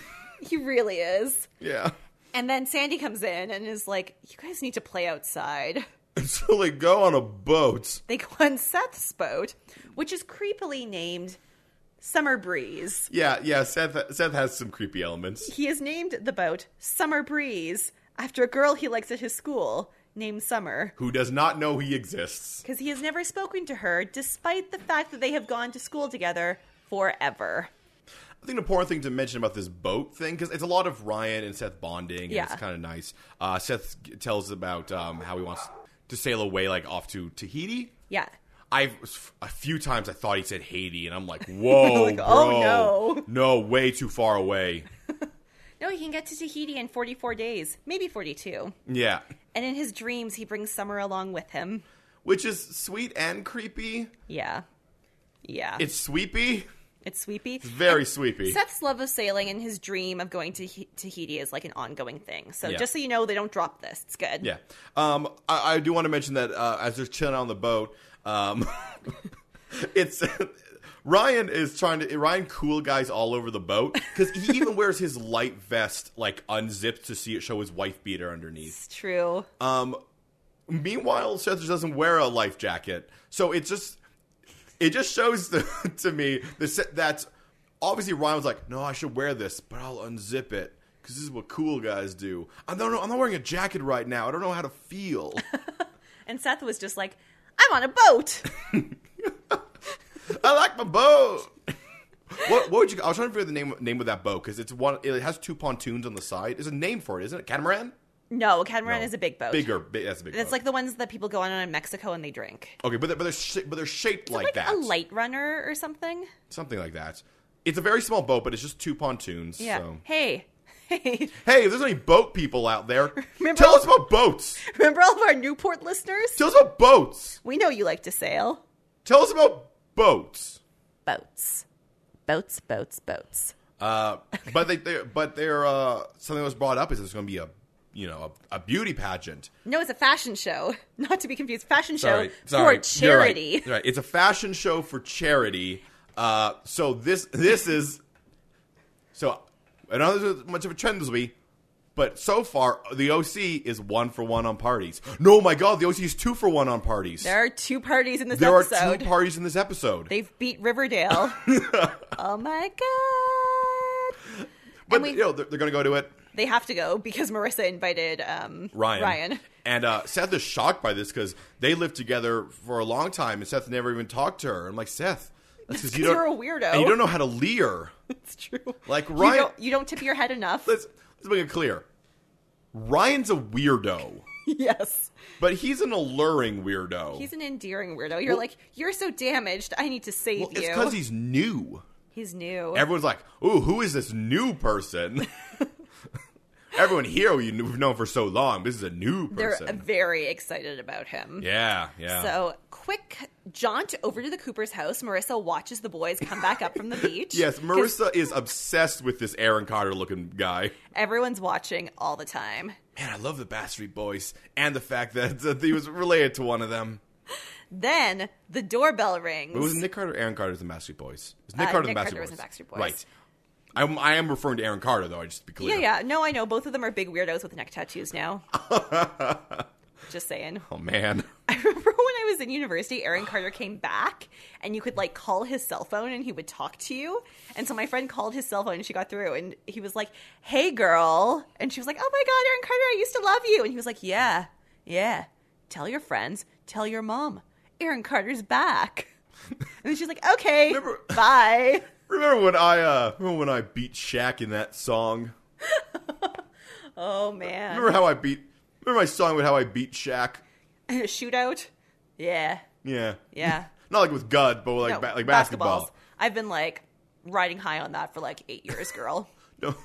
[SPEAKER 2] he really is."
[SPEAKER 1] Yeah,
[SPEAKER 2] And then Sandy comes in and is like, "You guys need to play outside."
[SPEAKER 1] until they go on a boat.
[SPEAKER 2] They go on Seth's boat, which is creepily named Summer Breeze.
[SPEAKER 1] Yeah, yeah. Seth Seth has some creepy elements.
[SPEAKER 2] He has named the boat Summer Breeze after a girl he likes at his school named Summer.
[SPEAKER 1] Who does not know he exists?
[SPEAKER 2] Because he has never spoken to her, despite the fact that they have gone to school together forever.
[SPEAKER 1] I think the important thing to mention about this boat thing because it's a lot of Ryan and Seth bonding. And
[SPEAKER 2] Yeah.
[SPEAKER 1] it's kind of nice. Uh, Seth tells about um, how he wants to sail away, like off to Tahiti.
[SPEAKER 2] Yeah.
[SPEAKER 1] I've a few times I thought he said Haiti, and I'm like, whoa,
[SPEAKER 2] Like,
[SPEAKER 1] bro,
[SPEAKER 2] oh,
[SPEAKER 1] no, way too far away.
[SPEAKER 2] No, he can get to Tahiti in 44 days, maybe 42.
[SPEAKER 1] Yeah,
[SPEAKER 2] And in his dreams, he brings Summer along with him.
[SPEAKER 1] which is sweet and creepy.
[SPEAKER 2] Yeah. Yeah. It's,
[SPEAKER 1] It's sweepy,
[SPEAKER 2] sweepy.
[SPEAKER 1] very sweepy.
[SPEAKER 2] Seth's love of sailing and his dream of going to He- Tahiti is like an ongoing thing. So
[SPEAKER 1] Yeah.
[SPEAKER 2] just so you know, they don't drop this. It's good.
[SPEAKER 1] Yeah, um, I, I do want to mention that uh, as they're chilling on the boat, um, it's Ryan is trying to Ryan cool guys all over the boat because he even wears his light vest like unzipped to see it show his wife beater underneath.
[SPEAKER 2] It's true.
[SPEAKER 1] Um, meanwhile, Seth just doesn't wear a life jacket, so it just it just shows the, to me the se- that's obviously Ryan was like, "No, I should wear this, but I'll unzip it because this is what cool guys do." I don't know. I'm not wearing a jacket right now. I don't know how to feel.
[SPEAKER 2] and Seth was just like, I'm on a boat.
[SPEAKER 1] I like my boat. what, what would you? I was trying to figure the name name of that boat because it's one. It has two pontoons on the side. There's a name for it, isn't it? Catamaran.
[SPEAKER 2] no, a catamaran
[SPEAKER 1] No.
[SPEAKER 2] is a big boat.
[SPEAKER 1] Bigger. Big, that's a big.
[SPEAKER 2] That's
[SPEAKER 1] boat.
[SPEAKER 2] like the ones that people go on in Mexico and they drink.
[SPEAKER 1] okay, but they're, but they're sh- but they're shaped like,
[SPEAKER 2] Like
[SPEAKER 1] that.
[SPEAKER 2] a light runner or something.
[SPEAKER 1] something like that. It's a very small boat, but it's just two pontoons.
[SPEAKER 2] Yeah.
[SPEAKER 1] So.
[SPEAKER 2] Hey. Hey,
[SPEAKER 1] Hey, if there's any boat people out there,
[SPEAKER 2] Remember-
[SPEAKER 1] tell us about boats.
[SPEAKER 2] remember all of our Newport listeners?
[SPEAKER 1] Tell us about boats.
[SPEAKER 2] We know you like to sail.
[SPEAKER 1] Tell us about boats.
[SPEAKER 2] Boats. Boats, boats, boats.
[SPEAKER 1] Uh, but they, they, but they're uh, something that was brought up is there's going to be a, you know, a, a beauty pageant.
[SPEAKER 2] No, it's a fashion show. Not to be confused. Fashion
[SPEAKER 1] Sorry,
[SPEAKER 2] show
[SPEAKER 1] sorry.
[SPEAKER 2] for
[SPEAKER 1] You're right.
[SPEAKER 2] charity.
[SPEAKER 1] You're right. It's a fashion show for charity. Uh, so this this is so I don't know how much of a trend this will be, but so far the OC is one for one on parties. No, my God, the OC is two for one on parties.
[SPEAKER 2] There are two parties in this
[SPEAKER 1] There are
[SPEAKER 2] episode.
[SPEAKER 1] two parties in this episode.
[SPEAKER 2] They've beat Riverdale. oh my god.
[SPEAKER 1] but
[SPEAKER 2] we-
[SPEAKER 1] you know they're, they're going to go to it.
[SPEAKER 2] They have to go because Marissa invited um,
[SPEAKER 1] Ryan. And uh, Seth is shocked by this because they lived together for a long time, and Seth never even talked to her. I'm like, Seth, that's because you
[SPEAKER 2] 'cause
[SPEAKER 1] don't,
[SPEAKER 2] you're a weirdo."
[SPEAKER 1] and you don't know how to leer.
[SPEAKER 2] It's true.
[SPEAKER 1] Like
[SPEAKER 2] You
[SPEAKER 1] Ryan,
[SPEAKER 2] don't, you don't tip your head enough.
[SPEAKER 1] let's let's make it clear. Ryan's a weirdo,
[SPEAKER 2] yes.
[SPEAKER 1] but he's an alluring weirdo.
[SPEAKER 2] He's an endearing weirdo. You're like, you're so damaged. I need to save
[SPEAKER 1] well, it's
[SPEAKER 2] you.
[SPEAKER 1] because he's new.
[SPEAKER 2] He's new.
[SPEAKER 1] Everyone's like, "Ooh, who is this new person?" Everyone here you knew- we've known for so long. This is a new
[SPEAKER 2] They're
[SPEAKER 1] person.
[SPEAKER 2] very excited about him.
[SPEAKER 1] yeah, yeah.
[SPEAKER 2] So, quick jaunt over to the Cooper's house. Marissa watches the boys come back up from the beach.
[SPEAKER 1] yes,
[SPEAKER 2] 'Cause
[SPEAKER 1] Marissa is obsessed with this Aaron Carter looking guy.
[SPEAKER 2] Everyone's watching all the time.
[SPEAKER 1] Man, I love the Bastard Boys and the fact that, that he was related to one of them.
[SPEAKER 2] Then the doorbell rings.
[SPEAKER 1] It was Nick Carter. Aaron Carter's in the Backstreet Boys. It was Nick
[SPEAKER 2] Uh,
[SPEAKER 1] Carter in
[SPEAKER 2] Nick
[SPEAKER 1] the Backstreet
[SPEAKER 2] Carter
[SPEAKER 1] Boys.
[SPEAKER 2] was in Backstreet Boys.
[SPEAKER 1] Right. I'm, I am referring to Aaron Carter though. I just to be clear.
[SPEAKER 2] yeah, yeah. No, I know. Both of them are big weirdos with neck tattoos now. Just saying.
[SPEAKER 1] Oh man.
[SPEAKER 2] I remember when I was in university, Aaron Carter came back and you could like call his cell phone and he would talk to you. And so my friend called his cell phone and she got through and he was like, Hey girl. And she was like, Oh my God, Aaron Carter, I used to love you. And he was like, Yeah, yeah. Tell your friends, tell your mom. Aaron Carter's back. And then she's like, Okay,
[SPEAKER 1] Remember-
[SPEAKER 2] bye.
[SPEAKER 1] Remember when I uh, remember when I beat Shaq in that song?
[SPEAKER 2] Oh man.
[SPEAKER 1] Remember how I beat? Remember my song with how I beat Shaq?
[SPEAKER 2] Shootout? Yeah,
[SPEAKER 1] Yeah.
[SPEAKER 2] yeah.
[SPEAKER 1] Not like with God, but like
[SPEAKER 2] No,
[SPEAKER 1] ba- like basketball.
[SPEAKER 2] basketballs. I've been like riding high on that for like eight years, girl.
[SPEAKER 1] Don't,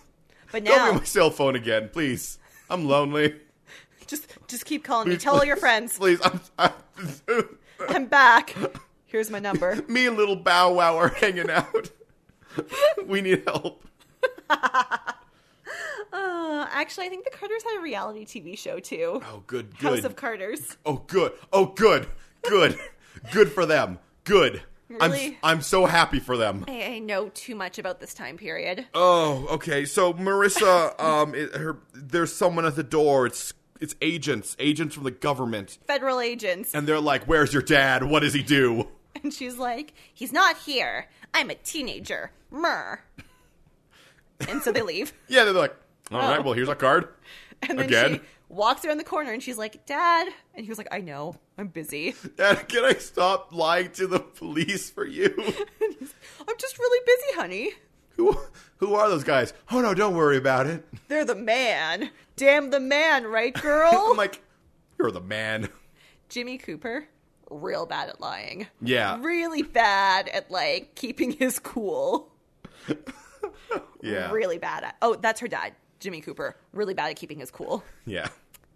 [SPEAKER 2] But
[SPEAKER 1] don't
[SPEAKER 2] now,
[SPEAKER 1] be my cell phone again, please. I'm lonely.
[SPEAKER 2] just just keep calling me. Tell all your friends
[SPEAKER 1] Please, I'm, i
[SPEAKER 2] I'm back. Here's my number.
[SPEAKER 1] me and little Bow Wow are hanging out. we need help.
[SPEAKER 2] Uh, actually, I think the Carters had a reality TV show too.
[SPEAKER 1] Oh, good,
[SPEAKER 2] House
[SPEAKER 1] good.
[SPEAKER 2] of Carters.
[SPEAKER 1] oh, good. Oh, good. Good. good for them. Good.
[SPEAKER 2] Really?
[SPEAKER 1] I'm I'm so happy for them.
[SPEAKER 2] I, I know too much about this time period.
[SPEAKER 1] Oh, okay. So Marissa, um, it, her there's someone at the door. It's it's agents, agents from the government,
[SPEAKER 2] Federal agents.
[SPEAKER 1] and they're like, "Where's your dad? What does he do?"
[SPEAKER 2] And she's like, he's not here. I'm a teenager. Mer. And so they leave.
[SPEAKER 1] Yeah, they're like, "All
[SPEAKER 2] Oh.
[SPEAKER 1] right, well, here's our card."
[SPEAKER 2] And then
[SPEAKER 1] Again?
[SPEAKER 2] she walks around the corner and she's like, Dad. And he was like, I know. I'm busy.
[SPEAKER 1] Dad, can I stop lying to the police for you?
[SPEAKER 2] I'm just really busy, honey.
[SPEAKER 1] who who are those guys? Oh no, don't worry about it.
[SPEAKER 2] They're the man. Damn the man, right, girl?
[SPEAKER 1] I'm like, you're the man.
[SPEAKER 2] Jimmy Cooper, real bad at lying.
[SPEAKER 1] Yeah.
[SPEAKER 2] Really bad at, like, keeping his cool.
[SPEAKER 1] Yeah.
[SPEAKER 2] Really bad at. Oh, that's her dad, Jimmy Cooper. Really bad at keeping his cool.
[SPEAKER 1] Yeah.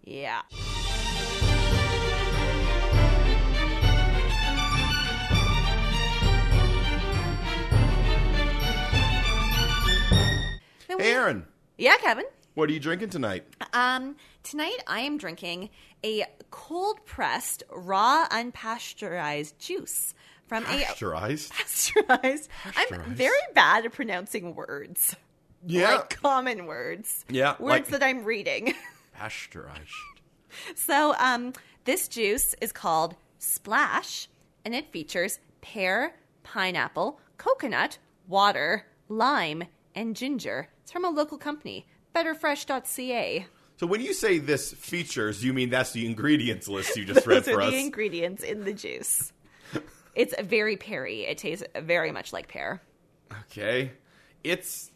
[SPEAKER 2] Yeah. Then we-
[SPEAKER 1] Aaron,
[SPEAKER 2] Yeah, Kevin.
[SPEAKER 1] what are you drinking tonight?
[SPEAKER 2] Um, tonight I am drinking a cold pressed, raw, unpasteurized juice from a
[SPEAKER 1] Pasteurized.
[SPEAKER 2] pasteurized. I'm
[SPEAKER 1] Pasteurized.
[SPEAKER 2] very bad at pronouncing words,
[SPEAKER 1] Yeah.
[SPEAKER 2] like common words.
[SPEAKER 1] Yeah,
[SPEAKER 2] words
[SPEAKER 1] like-
[SPEAKER 2] that I'm reading.
[SPEAKER 1] Pasteurized.
[SPEAKER 2] So, um, this juice is called Splash, and it features pear, pineapple, coconut, water, lime, and ginger. It's from a local company, betterfresh.ca.
[SPEAKER 1] So when you say this features, you mean that's the ingredients list you just read
[SPEAKER 2] Those are
[SPEAKER 1] for us.
[SPEAKER 2] the ingredients in the juice. It's very peary. It tastes very much like pear.
[SPEAKER 1] okay. It's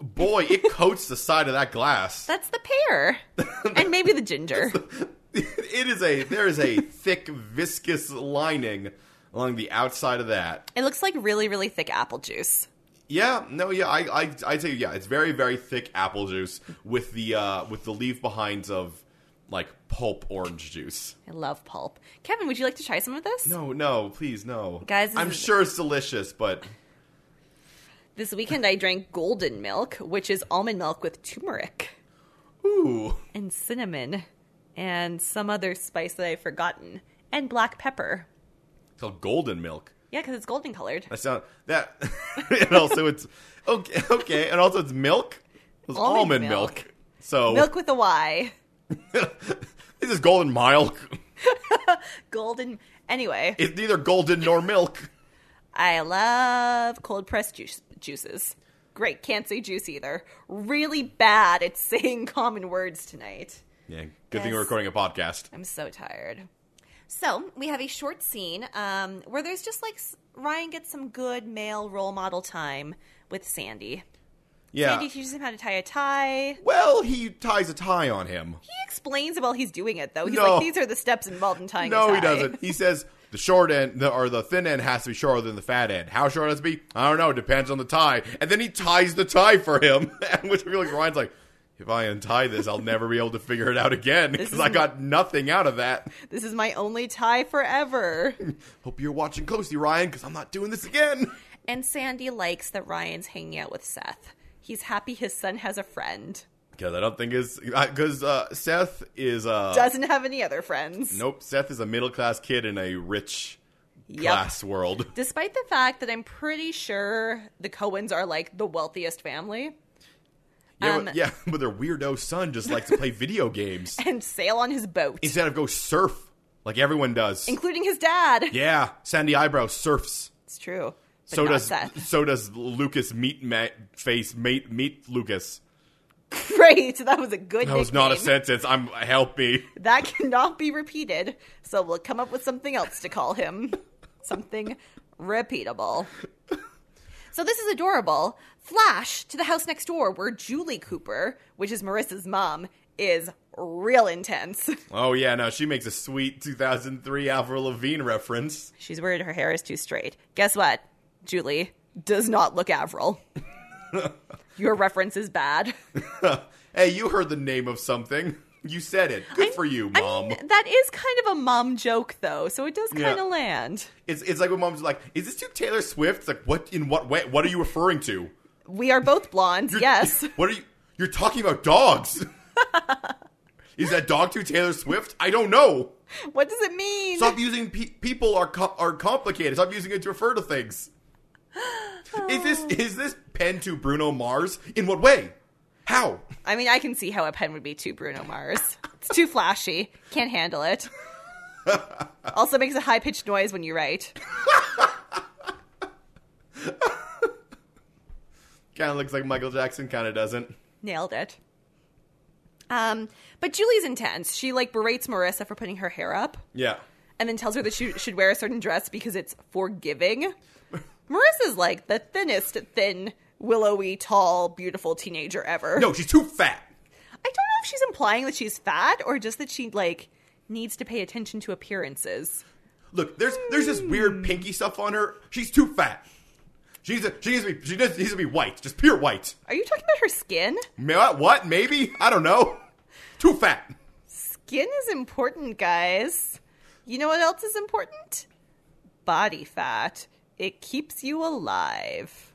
[SPEAKER 1] boy, it coats the side of that glass.
[SPEAKER 2] That's the pear, and maybe the ginger.
[SPEAKER 1] It is a there is a thick viscous lining along the outside of that.
[SPEAKER 2] It looks like really, really thick apple juice.
[SPEAKER 1] Yeah, no, yeah, I, I, I say, yeah, it's very, very thick apple juice with the, uh, with the leave behinds of like pulp orange juice.
[SPEAKER 2] I love pulp. Kevin, would you like to try some of this?
[SPEAKER 1] No, no, please, no,
[SPEAKER 2] Guys, this
[SPEAKER 1] I'm
[SPEAKER 2] is-
[SPEAKER 1] sure it's delicious, but
[SPEAKER 2] This weekend I drank golden milk, which is almond milk with turmeric
[SPEAKER 1] ooh,
[SPEAKER 2] and cinnamon and some other spice that I've forgotten and black pepper.
[SPEAKER 1] it's called golden milk.
[SPEAKER 2] Yeah, because it's golden colored.
[SPEAKER 1] That sound that, and also it's okay, okay, and also it's milk. It's
[SPEAKER 2] Almond
[SPEAKER 1] almond,
[SPEAKER 2] milk.
[SPEAKER 1] milk. So
[SPEAKER 2] Milk with a Y.
[SPEAKER 1] this is golden milk.
[SPEAKER 2] Golden. Anyway,
[SPEAKER 1] It's neither golden nor milk.
[SPEAKER 2] I love cold pressed juice- juices. Great. Can't say juice either. Really bad at saying common words tonight.
[SPEAKER 1] Yeah, good thing we're
[SPEAKER 2] Yes.
[SPEAKER 1] recording a podcast.
[SPEAKER 2] I'm so tired. So we have a short scene um, where there's just like s- Ryan gets some good male role model time with Sandy.
[SPEAKER 1] Yeah.
[SPEAKER 2] Sandy teaches him how to tie a tie.
[SPEAKER 1] Well, he ties a tie on him.
[SPEAKER 2] He explains while he's doing it though. He's
[SPEAKER 1] No.
[SPEAKER 2] like, these are the steps involved in tying a tie.
[SPEAKER 1] No, he doesn't. He says the short end the, or the thin end has to be shorter than the fat end. How short has it be? I don't know. It depends on the tie. And then he ties the tie for him, which I feel like Ryan's like, if I untie this, I'll never be able to figure it out again because
[SPEAKER 2] is
[SPEAKER 1] I
[SPEAKER 2] my-
[SPEAKER 1] got nothing out of that.
[SPEAKER 2] This is my only tie forever.
[SPEAKER 1] Hope you're watching closely, Ryan, because I'm not doing this again.
[SPEAKER 2] and Sandy likes that Ryan's hanging out with Seth. He's happy his son has a friend.
[SPEAKER 1] Because I don't think is because uh, Seth is uh,
[SPEAKER 2] Doesn't have any other friends.
[SPEAKER 1] nope. Seth is a middle class kid in a rich
[SPEAKER 2] Yep.
[SPEAKER 1] class world.
[SPEAKER 2] Despite the fact that I'm pretty sure the Cohens are like the wealthiest family
[SPEAKER 1] Yeah,
[SPEAKER 2] Um,
[SPEAKER 1] but, yeah, but their weirdo son just likes to play video games
[SPEAKER 2] and sail on his boat,
[SPEAKER 1] instead of go surf like everyone does.
[SPEAKER 2] including his dad.
[SPEAKER 1] Yeah, Sandy Eyebrow surfs.
[SPEAKER 2] It's true. But
[SPEAKER 1] so
[SPEAKER 2] not
[SPEAKER 1] does
[SPEAKER 2] Seth.
[SPEAKER 1] so does Lucas Meat Ma- Face Meat Meat Lucas.
[SPEAKER 2] Great. That was a good
[SPEAKER 1] That was not a
[SPEAKER 2] nickname.
[SPEAKER 1] sentence. I'm help me.
[SPEAKER 2] That cannot be repeated. So we'll come up with something else to call him. something repeatable. So this is adorable. Flash to the house next door where Julie Cooper, which is Marissa's mom, is real intense.
[SPEAKER 1] Oh yeah, no, she makes a sweet 2003 Avril Lavigne reference.
[SPEAKER 2] She's worried her hair is too straight. Guess what? Julie does not look Avril. Your reference is bad.
[SPEAKER 1] hey, you heard the name of something. You said it. Good for you,
[SPEAKER 2] I
[SPEAKER 1] mom.
[SPEAKER 2] mean, that is kind of a mom joke, though, so it does
[SPEAKER 1] Yeah.
[SPEAKER 2] kind of land.
[SPEAKER 1] it's it's like when mom's like, "Is this to Taylor Swift?" It's like, "What in what way? What are you referring to?"
[SPEAKER 2] We are both blondes, yes.
[SPEAKER 1] What are you? You're talking about dogs. Is that dog to Taylor Swift? I don't know.
[SPEAKER 2] What does it mean?
[SPEAKER 1] Stop using pe- people are co- are complicated. Stop using it to refer to things. Is this is this pen to Bruno Mars? In what way? How?
[SPEAKER 2] I mean, I can see how a pen would be too Bruno Mars. It's too flashy. Can't handle it. Also makes a high pitched noise when you write.
[SPEAKER 1] Kind of looks like Michael Jackson, kind of doesn't.
[SPEAKER 2] Nailed it. Um, but Julie's intense. She like berates Marissa for putting her hair up,
[SPEAKER 1] Yeah.
[SPEAKER 2] and then tells her that she should wear a certain dress because it's forgiving. Marissa's like the thinnest thin, willowy, tall, beautiful teenager ever.
[SPEAKER 1] No, she's too fat.
[SPEAKER 2] I don't know if she's implying that she's fat or just that she like needs to pay attention to appearances.
[SPEAKER 1] Look, there's there's this weird pinky stuff on her. She's too fat. She needs to, she needs to be she needs needs to be white, just pure white.
[SPEAKER 2] Are you talking about her skin?
[SPEAKER 1] Ma- What? Maybe I don't know. Too fat.
[SPEAKER 2] Skin is important, guys. You know what else is important? Body fat. It keeps you alive.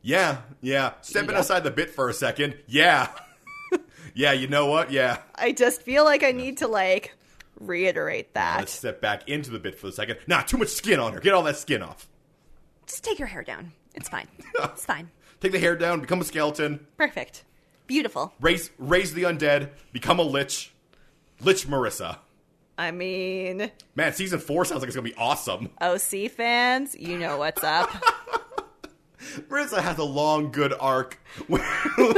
[SPEAKER 1] Yeah, yeah. Stepping
[SPEAKER 2] Yeah.
[SPEAKER 1] aside the bit for a second. Yeah, yeah. You know what? Yeah.
[SPEAKER 2] I just feel like I need to like reiterate that.
[SPEAKER 1] Let's step back into the bit for a second. Nah, too much skin on her. Get all that skin off.
[SPEAKER 2] Just take your hair down. It's fine. It's fine.
[SPEAKER 1] Take the hair down. Become a skeleton.
[SPEAKER 2] Perfect. Beautiful.
[SPEAKER 1] Raise raise the undead. Become a lich. Lich Marissa.
[SPEAKER 2] I mean,
[SPEAKER 1] Man, season four sounds like it's gonna be awesome.
[SPEAKER 2] OC fans, you know what's up.
[SPEAKER 1] Marissa has a long, good arc where,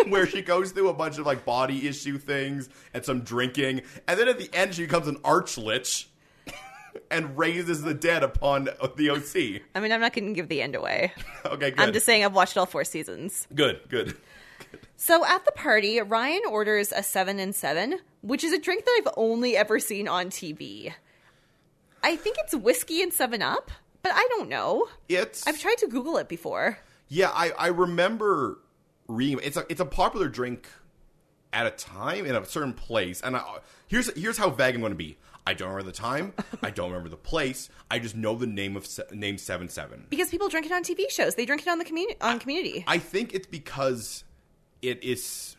[SPEAKER 1] where she goes through a bunch of like body issue things and some drinking, and then at the end she becomes an arch lich and raises the dead upon the OC.
[SPEAKER 2] I mean, I'm not going to give the end away.
[SPEAKER 1] Okay, good.
[SPEAKER 2] I'm just saying I've watched all four seasons.
[SPEAKER 1] good, good.
[SPEAKER 2] So at the party, Ryan orders a 7 and 7, which is a drink that I've only ever seen on TV. I think it's whiskey and 7 Up, but I don't know.
[SPEAKER 1] It's
[SPEAKER 2] I've tried to Google it before.
[SPEAKER 1] yeah. I I remember reading. It's a it's a popular drink at a time in a certain place. And I, here's here's how vague I'm going to be. I don't remember the time. I don't remember the place. I just know the name of se- name seven seven.
[SPEAKER 2] Because people drink it on TV shows. They drink it on the community on community.
[SPEAKER 1] I think it's because it is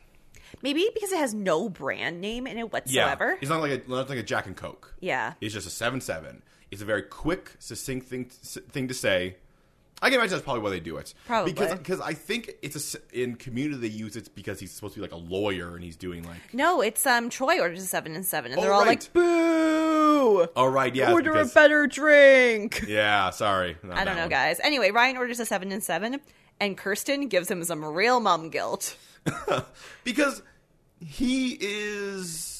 [SPEAKER 2] Maybe because it has no brand name in it
[SPEAKER 1] yeah.
[SPEAKER 2] whatsoever.
[SPEAKER 1] It's not like a not like a Jack and Coke.
[SPEAKER 2] Yeah.
[SPEAKER 1] It's just a seven seven. It's a very quick, succinct thing thing to say. I can imagine that's probably why they do it.
[SPEAKER 2] Probably.
[SPEAKER 1] because because I think it's a s in community they use it because he's supposed to be like a lawyer and he's doing like
[SPEAKER 2] No, it's um Troy orders a seven and seven, and
[SPEAKER 1] Oh,
[SPEAKER 2] they're all
[SPEAKER 1] right.
[SPEAKER 2] like, "Boo!
[SPEAKER 1] oh right yeah it's
[SPEAKER 2] Order
[SPEAKER 1] because-
[SPEAKER 2] a better drink."
[SPEAKER 1] yeah sorry not
[SPEAKER 2] I don't
[SPEAKER 1] that
[SPEAKER 2] know,
[SPEAKER 1] one.
[SPEAKER 2] guys. Anyway, Ryan orders a seven and seven, and Kirsten gives him some real mom guilt.
[SPEAKER 1] because he is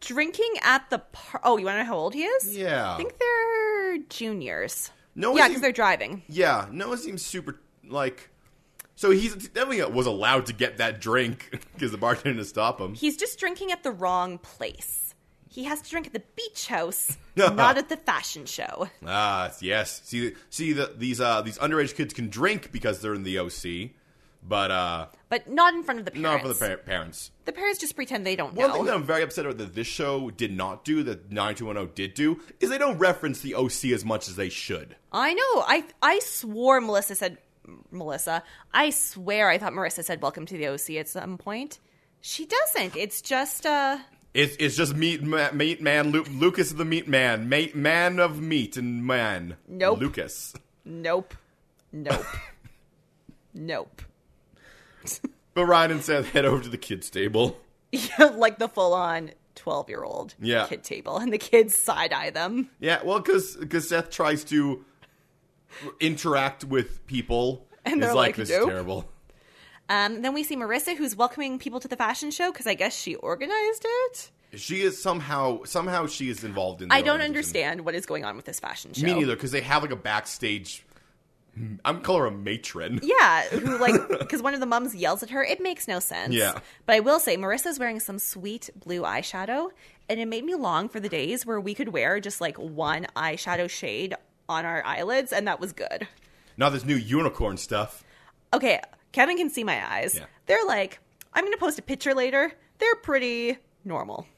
[SPEAKER 2] Drinking at the par- oh, you want to know how old he is?
[SPEAKER 1] yeah
[SPEAKER 2] I think they're juniors.
[SPEAKER 1] No,
[SPEAKER 2] yeah,
[SPEAKER 1] he-
[SPEAKER 2] because they're driving.
[SPEAKER 1] yeah no one seems super like so he's definitely was allowed to get that drink because the bartender didn't stop him
[SPEAKER 2] He's just drinking at the wrong place. He has to drink at the beach house, not at the fashion show.
[SPEAKER 1] Ah, yes. See, see, the, these uh, these underage kids can drink because they're in the OC, but uh,
[SPEAKER 2] But not in front of the parents.
[SPEAKER 1] not for the par- parents.
[SPEAKER 2] The parents just pretend they don't
[SPEAKER 1] One
[SPEAKER 2] know.
[SPEAKER 1] thing that I'm very upset about that this show did not do that 90210 did do is they don't reference the OC as much as they should.
[SPEAKER 2] I know. I I swore Melissa said Melissa. I swear I thought Marissa said welcome to the OC at some point. She doesn't. It's just uh
[SPEAKER 1] It's it's just meat ma- meat man Lu- Lucas the meat man mate man of meat and man
[SPEAKER 2] Nope.
[SPEAKER 1] Lucas.
[SPEAKER 2] nope. Nope. nope.
[SPEAKER 1] But Ryan and Seth head over to the kids table.
[SPEAKER 2] Yeah, like the full on 12 year old
[SPEAKER 1] Yeah.
[SPEAKER 2] kid table and the kids side eye them.
[SPEAKER 1] Yeah, well, because Seth tries to interact with people
[SPEAKER 2] And
[SPEAKER 1] is
[SPEAKER 2] they're like,
[SPEAKER 1] this
[SPEAKER 2] "Nope."
[SPEAKER 1] is terrible.
[SPEAKER 2] Um then we see Marissa who's welcoming people to the fashion show cuz I guess she organized it.
[SPEAKER 1] She is somehow somehow she is involved in. the
[SPEAKER 2] I don't
[SPEAKER 1] organization.
[SPEAKER 2] understand what is going on with this fashion show.
[SPEAKER 1] Me neither, because they have like a backstage. I'm call her a matron.
[SPEAKER 2] Yeah, who like because one of the mums yells at her. It makes no sense.
[SPEAKER 1] Yeah.
[SPEAKER 2] but I will say Marissa's wearing some sweet blue eyeshadow, and it made me long for the days where we could wear just like one eyeshadow shade on our eyelids, and that was good.
[SPEAKER 1] Now this new unicorn stuff.
[SPEAKER 2] Okay, Kevin can see my eyes.
[SPEAKER 1] Yeah.
[SPEAKER 2] They're like, I'm gonna post a picture later. They're pretty normal,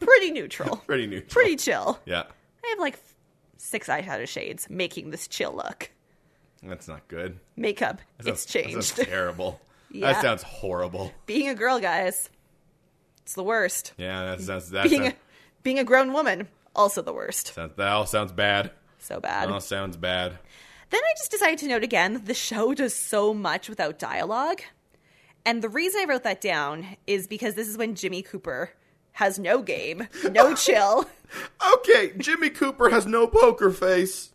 [SPEAKER 2] pretty neutral,
[SPEAKER 1] Pretty neutral.
[SPEAKER 2] pretty chill.
[SPEAKER 1] Yeah,
[SPEAKER 2] I have like f- six eyeshadow shades making this chill look.
[SPEAKER 1] that's not good.
[SPEAKER 2] Makeup,
[SPEAKER 1] That
[SPEAKER 2] it's
[SPEAKER 1] sounds- That
[SPEAKER 2] changed.
[SPEAKER 1] sounds terrible. That
[SPEAKER 2] Yeah.
[SPEAKER 1] sounds horrible.
[SPEAKER 2] being a girl, guys, it's the worst.
[SPEAKER 1] Yeah, that sounds that
[SPEAKER 2] Being
[SPEAKER 1] sounds,
[SPEAKER 2] a, being a grown woman, also the worst.
[SPEAKER 1] sounds- that all sounds bad.
[SPEAKER 2] So bad.
[SPEAKER 1] That all sounds bad.
[SPEAKER 2] Then I just decided to note again that the show does so much without dialogue. And the reason I wrote that down is because this is when Jimmy Cooper has no game, no chill.
[SPEAKER 1] Okay, Jimmy Cooper has no poker face.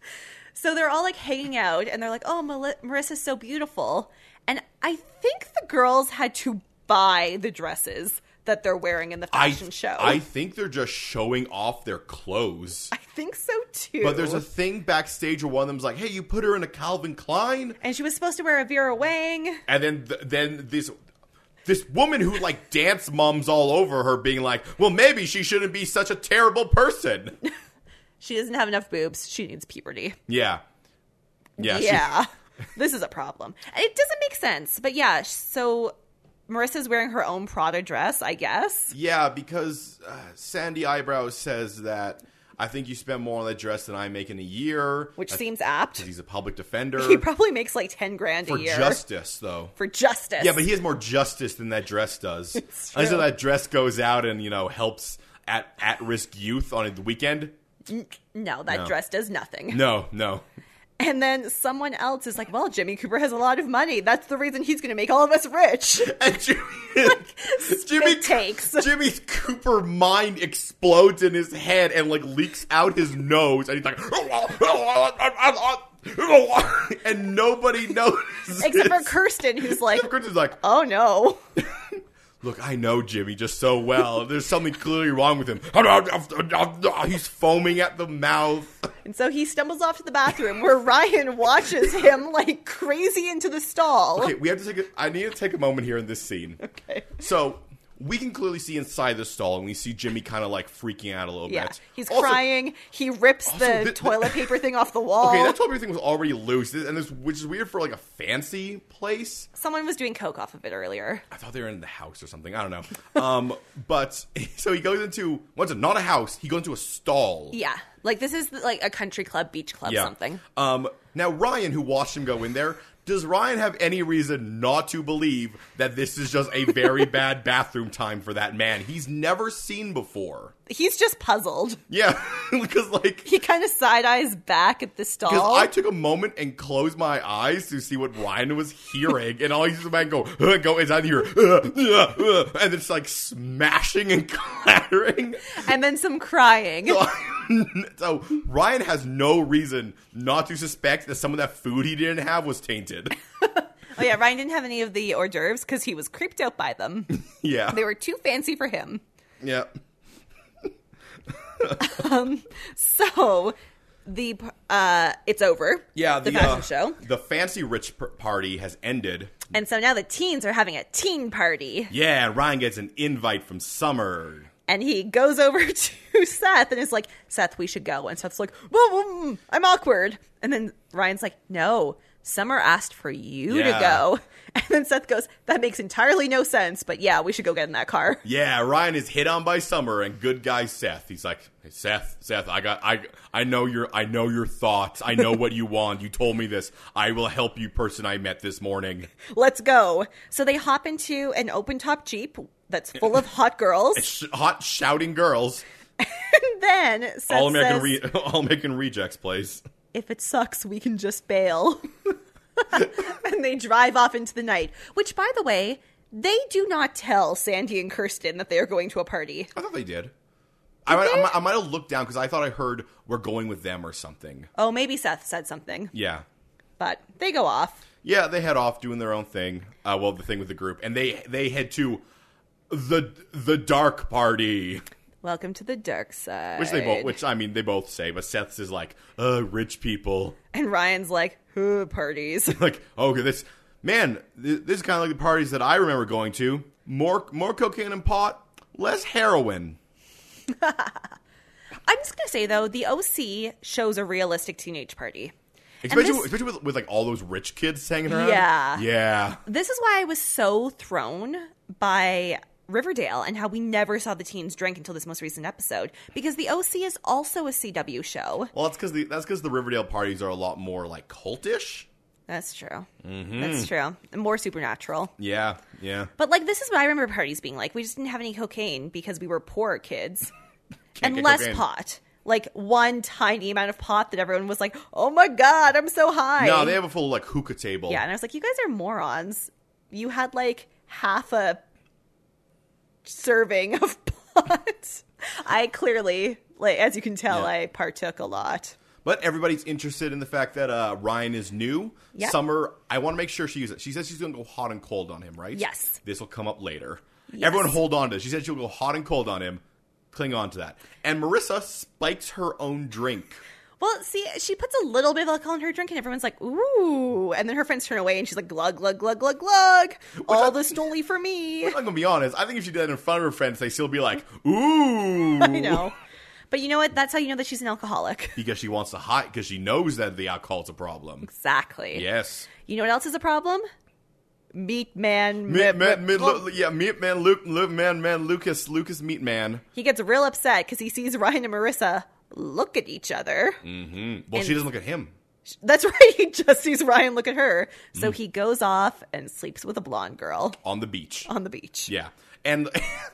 [SPEAKER 2] So they're all like hanging out and they're like, oh, Mel- Marissa's so beautiful. And I think the girls had to buy the dresses that they're wearing in the
[SPEAKER 1] I
[SPEAKER 2] fashion show.
[SPEAKER 1] I think they're just showing off their clothes.
[SPEAKER 2] I think so too.
[SPEAKER 1] But there's a thing backstage where one of them's like, "Hey, you put her in a Calvin Klein,"
[SPEAKER 2] and she was supposed to wear a Vera Wang.
[SPEAKER 1] and then th- then this this woman who like dance mums all over her, being like, "Well, maybe she shouldn't be such a terrible person."
[SPEAKER 2] She doesn't have enough boobs. She needs puberty.
[SPEAKER 1] Yeah, yeah, she-
[SPEAKER 2] Yeah. this is a problem. And It doesn't make sense. But yeah, so Marissa's wearing her own Prada dress, I guess.
[SPEAKER 1] yeah. Because uh, Sandy Eyebrows says that I think you spend more on that dress than I make in a year,
[SPEAKER 2] Which
[SPEAKER 1] I-
[SPEAKER 2] seems apt.
[SPEAKER 1] he's a public defender
[SPEAKER 2] He probably makes like 10 grand
[SPEAKER 1] for
[SPEAKER 2] a year
[SPEAKER 1] justice, though.
[SPEAKER 2] for justice.
[SPEAKER 1] Yeah, but he has more justice than that dress does.
[SPEAKER 2] true.
[SPEAKER 1] Until that dress goes out and you know helps at at risk youth on the weekend.
[SPEAKER 2] no, that
[SPEAKER 1] No.
[SPEAKER 2] dress does nothing.
[SPEAKER 1] No, no.
[SPEAKER 2] And then someone else is like, well, Jimmy Cooper has a lot of money. That's the reason he's going to make all of us rich.
[SPEAKER 1] And Jimmy, Jimmy
[SPEAKER 2] takes.
[SPEAKER 1] Jimmy Cooper mind explodes in his head and like leaks out his nose, and he's like, "Oh, and nobody notices.
[SPEAKER 2] Except for Kirsten, who's like,
[SPEAKER 1] Curtis is like,
[SPEAKER 2] oh no.
[SPEAKER 1] Look, I know Jimmy just so well. There's something clearly wrong with him. He's foaming at the mouth.
[SPEAKER 2] And so he stumbles off to the bathroom where Ryan watches him like crazy into the stall.
[SPEAKER 1] Okay, we have to take. A, I need to take a moment here in this scene.
[SPEAKER 2] Okay.
[SPEAKER 1] So we can clearly see inside the stall, and we see Jimmy kind of like freaking out a little
[SPEAKER 2] Yeah,
[SPEAKER 1] bit.
[SPEAKER 2] he's
[SPEAKER 1] Also-
[SPEAKER 2] crying. He rips
[SPEAKER 1] also
[SPEAKER 2] the
[SPEAKER 1] thi- thi-
[SPEAKER 2] toilet paper thing off the wall.
[SPEAKER 1] Okay, that's why everything was already loose, and this, which is weird for like a fancy place.
[SPEAKER 2] Someone was doing coke off of it earlier.
[SPEAKER 1] I thought they were in the house or something. I don't know. Um, but so he goes into what's it? Not a house. He goes into a stall.
[SPEAKER 2] Yeah, like this is like a country club, beach club, something.
[SPEAKER 1] Um, now Ryan, who watched him go in there, does Ryan have any reason not to believe that this is just a very bad bathroom time for that man? He's never seen before.
[SPEAKER 2] He's just puzzled.
[SPEAKER 1] Yeah, because like.
[SPEAKER 2] He kind of side eyes back at the stall.
[SPEAKER 1] Because I took a moment and closed my eyes to see what Ryan was hearing, and all he's about go, uh, go is out here, uh, uh, uh, and it's like smashing and clattering.
[SPEAKER 2] and then some crying.
[SPEAKER 1] so Ryan has no reason not to suspect that some of that food he didn't have was tainted.
[SPEAKER 2] Oh yeah, Ryan didn't have any of the hors d'oeuvres because he was creeped out by them.
[SPEAKER 1] Yeah,
[SPEAKER 2] they were too fancy for him.
[SPEAKER 1] yeah.
[SPEAKER 2] So the uh, it's over.
[SPEAKER 1] Yeah,
[SPEAKER 2] the,
[SPEAKER 1] the,
[SPEAKER 2] fashion
[SPEAKER 1] uh,
[SPEAKER 2] show,
[SPEAKER 1] The fancy rich p- party has ended.
[SPEAKER 2] and so now the teens are having a teen party.
[SPEAKER 1] Yeah, Ryan gets an invite from Summer.
[SPEAKER 2] And he goes over to Seth and is like, Seth, we should go. And Seth's like, whoa, whoa, mm, I'm awkward. And then Ryan's like, no, Summer asked for you to
[SPEAKER 1] Yeah.
[SPEAKER 2] go. And then Seth goes, that makes entirely no sense, but yeah, we should go get in that car.
[SPEAKER 1] Yeah, Ryan is hit on by Summer and good guy Seth. He's like, hey, Seth, Seth, I got, I, I know your, I know your thoughts. I know what you want. You told me this. I will help you, person I met this morning.
[SPEAKER 2] Let's go. So they hop into an open top Jeep that's full of hot girls.
[SPEAKER 1] Sh- hot shouting girls,
[SPEAKER 2] And then Seth
[SPEAKER 1] all American,
[SPEAKER 2] says,
[SPEAKER 1] re- all American rejects plays.
[SPEAKER 2] if it sucks, we can just bail. and they drive off into the night, which, by the way, they do not tell Sandy and Kirsten that they are going to a party.
[SPEAKER 1] I thought they did. I might, I might, I might have looked down because I thought I heard we're going with them or something.
[SPEAKER 2] Oh, maybe Seth said something,
[SPEAKER 1] Yeah.
[SPEAKER 2] but they go off.
[SPEAKER 1] Yeah, they head off doing their own thing. Uh, well, the thing with the group, and they they head to the the dark party,
[SPEAKER 2] Welcome to the dark side.
[SPEAKER 1] which they both, which I mean, they both say. But Seth's is like, uh, rich people.
[SPEAKER 2] and Ryan's like, huh, parties.
[SPEAKER 1] Like, okay, this man, th- this is kind of like the parties that I remember going to. More more cocaine and pot, less heroin.
[SPEAKER 2] I'm just gonna say though, the OC shows a realistic teenage party. And
[SPEAKER 1] Especially,
[SPEAKER 2] this-
[SPEAKER 1] especially with, with like all those rich kids hanging around.
[SPEAKER 2] Yeah.
[SPEAKER 1] yeah.
[SPEAKER 2] This is why I was so thrown by Riverdale and how we never saw the teens drink until this most recent episode because the OC is also a CW show.
[SPEAKER 1] Well, that's because the that's because the Riverdale parties are a lot more like cultish.
[SPEAKER 2] That's true.
[SPEAKER 1] Mm-hmm.
[SPEAKER 2] That's true. More supernatural.
[SPEAKER 1] Yeah, yeah.
[SPEAKER 2] But like this is what I remember parties being like. We just didn't have any cocaine because we were poor kids.
[SPEAKER 1] Can't
[SPEAKER 2] and
[SPEAKER 1] get
[SPEAKER 2] less
[SPEAKER 1] cocaine.
[SPEAKER 2] pot. Like one tiny amount of pot that everyone was like, "Oh my god, I'm so high."
[SPEAKER 1] No, they have a full like hookah table.
[SPEAKER 2] yeah, and I was like, "You guys are morons. You had like half a serving of pot. I clearly, like as you can tell,
[SPEAKER 1] Yeah.
[SPEAKER 2] I partook a lot.
[SPEAKER 1] But everybody's interested in the fact that uh, Ryan is new.
[SPEAKER 2] Yep.
[SPEAKER 1] Summer, I want to make sure she uses it. She says she's going to go hot and cold on him, right?
[SPEAKER 2] Yes.
[SPEAKER 1] This will come up later. Everyone hold on to it. She said she'll go hot and cold on him. Cling on to that. And Marissa spikes her own drink.
[SPEAKER 2] Well, see, she puts a little bit of alcohol in her drink, and everyone's like, "Ooh!" And then her friends turn away, and she's like, "Glug, glug, glug, glug, glug! All
[SPEAKER 1] I-
[SPEAKER 2] this only for me."
[SPEAKER 1] I'm going to be honest. I think if she did that in front of her friends, they still be like, ooh.
[SPEAKER 2] I know, but you know what? That's how you know that she's an alcoholic.
[SPEAKER 1] Because she wants to hide, because she knows that the alcohol's a problem.
[SPEAKER 2] Exactly.
[SPEAKER 1] Yes.
[SPEAKER 2] You know what else is a problem? Meat man.
[SPEAKER 1] Meat
[SPEAKER 2] mi-
[SPEAKER 1] man, mid,
[SPEAKER 2] well,
[SPEAKER 1] Lu- yeah, meat man, Luke, Luke, man, man, Lucas, Lucas, meat man.
[SPEAKER 2] he gets real upset because he sees Ryan and Marissa look at each other.
[SPEAKER 1] Mm. Well, she doesn't look at him.
[SPEAKER 2] That's right. He just sees Ryan look at her.
[SPEAKER 1] Mm.
[SPEAKER 2] So he goes off and sleeps with a blonde girl
[SPEAKER 1] On the beach.
[SPEAKER 2] on the beach.
[SPEAKER 1] Yeah. And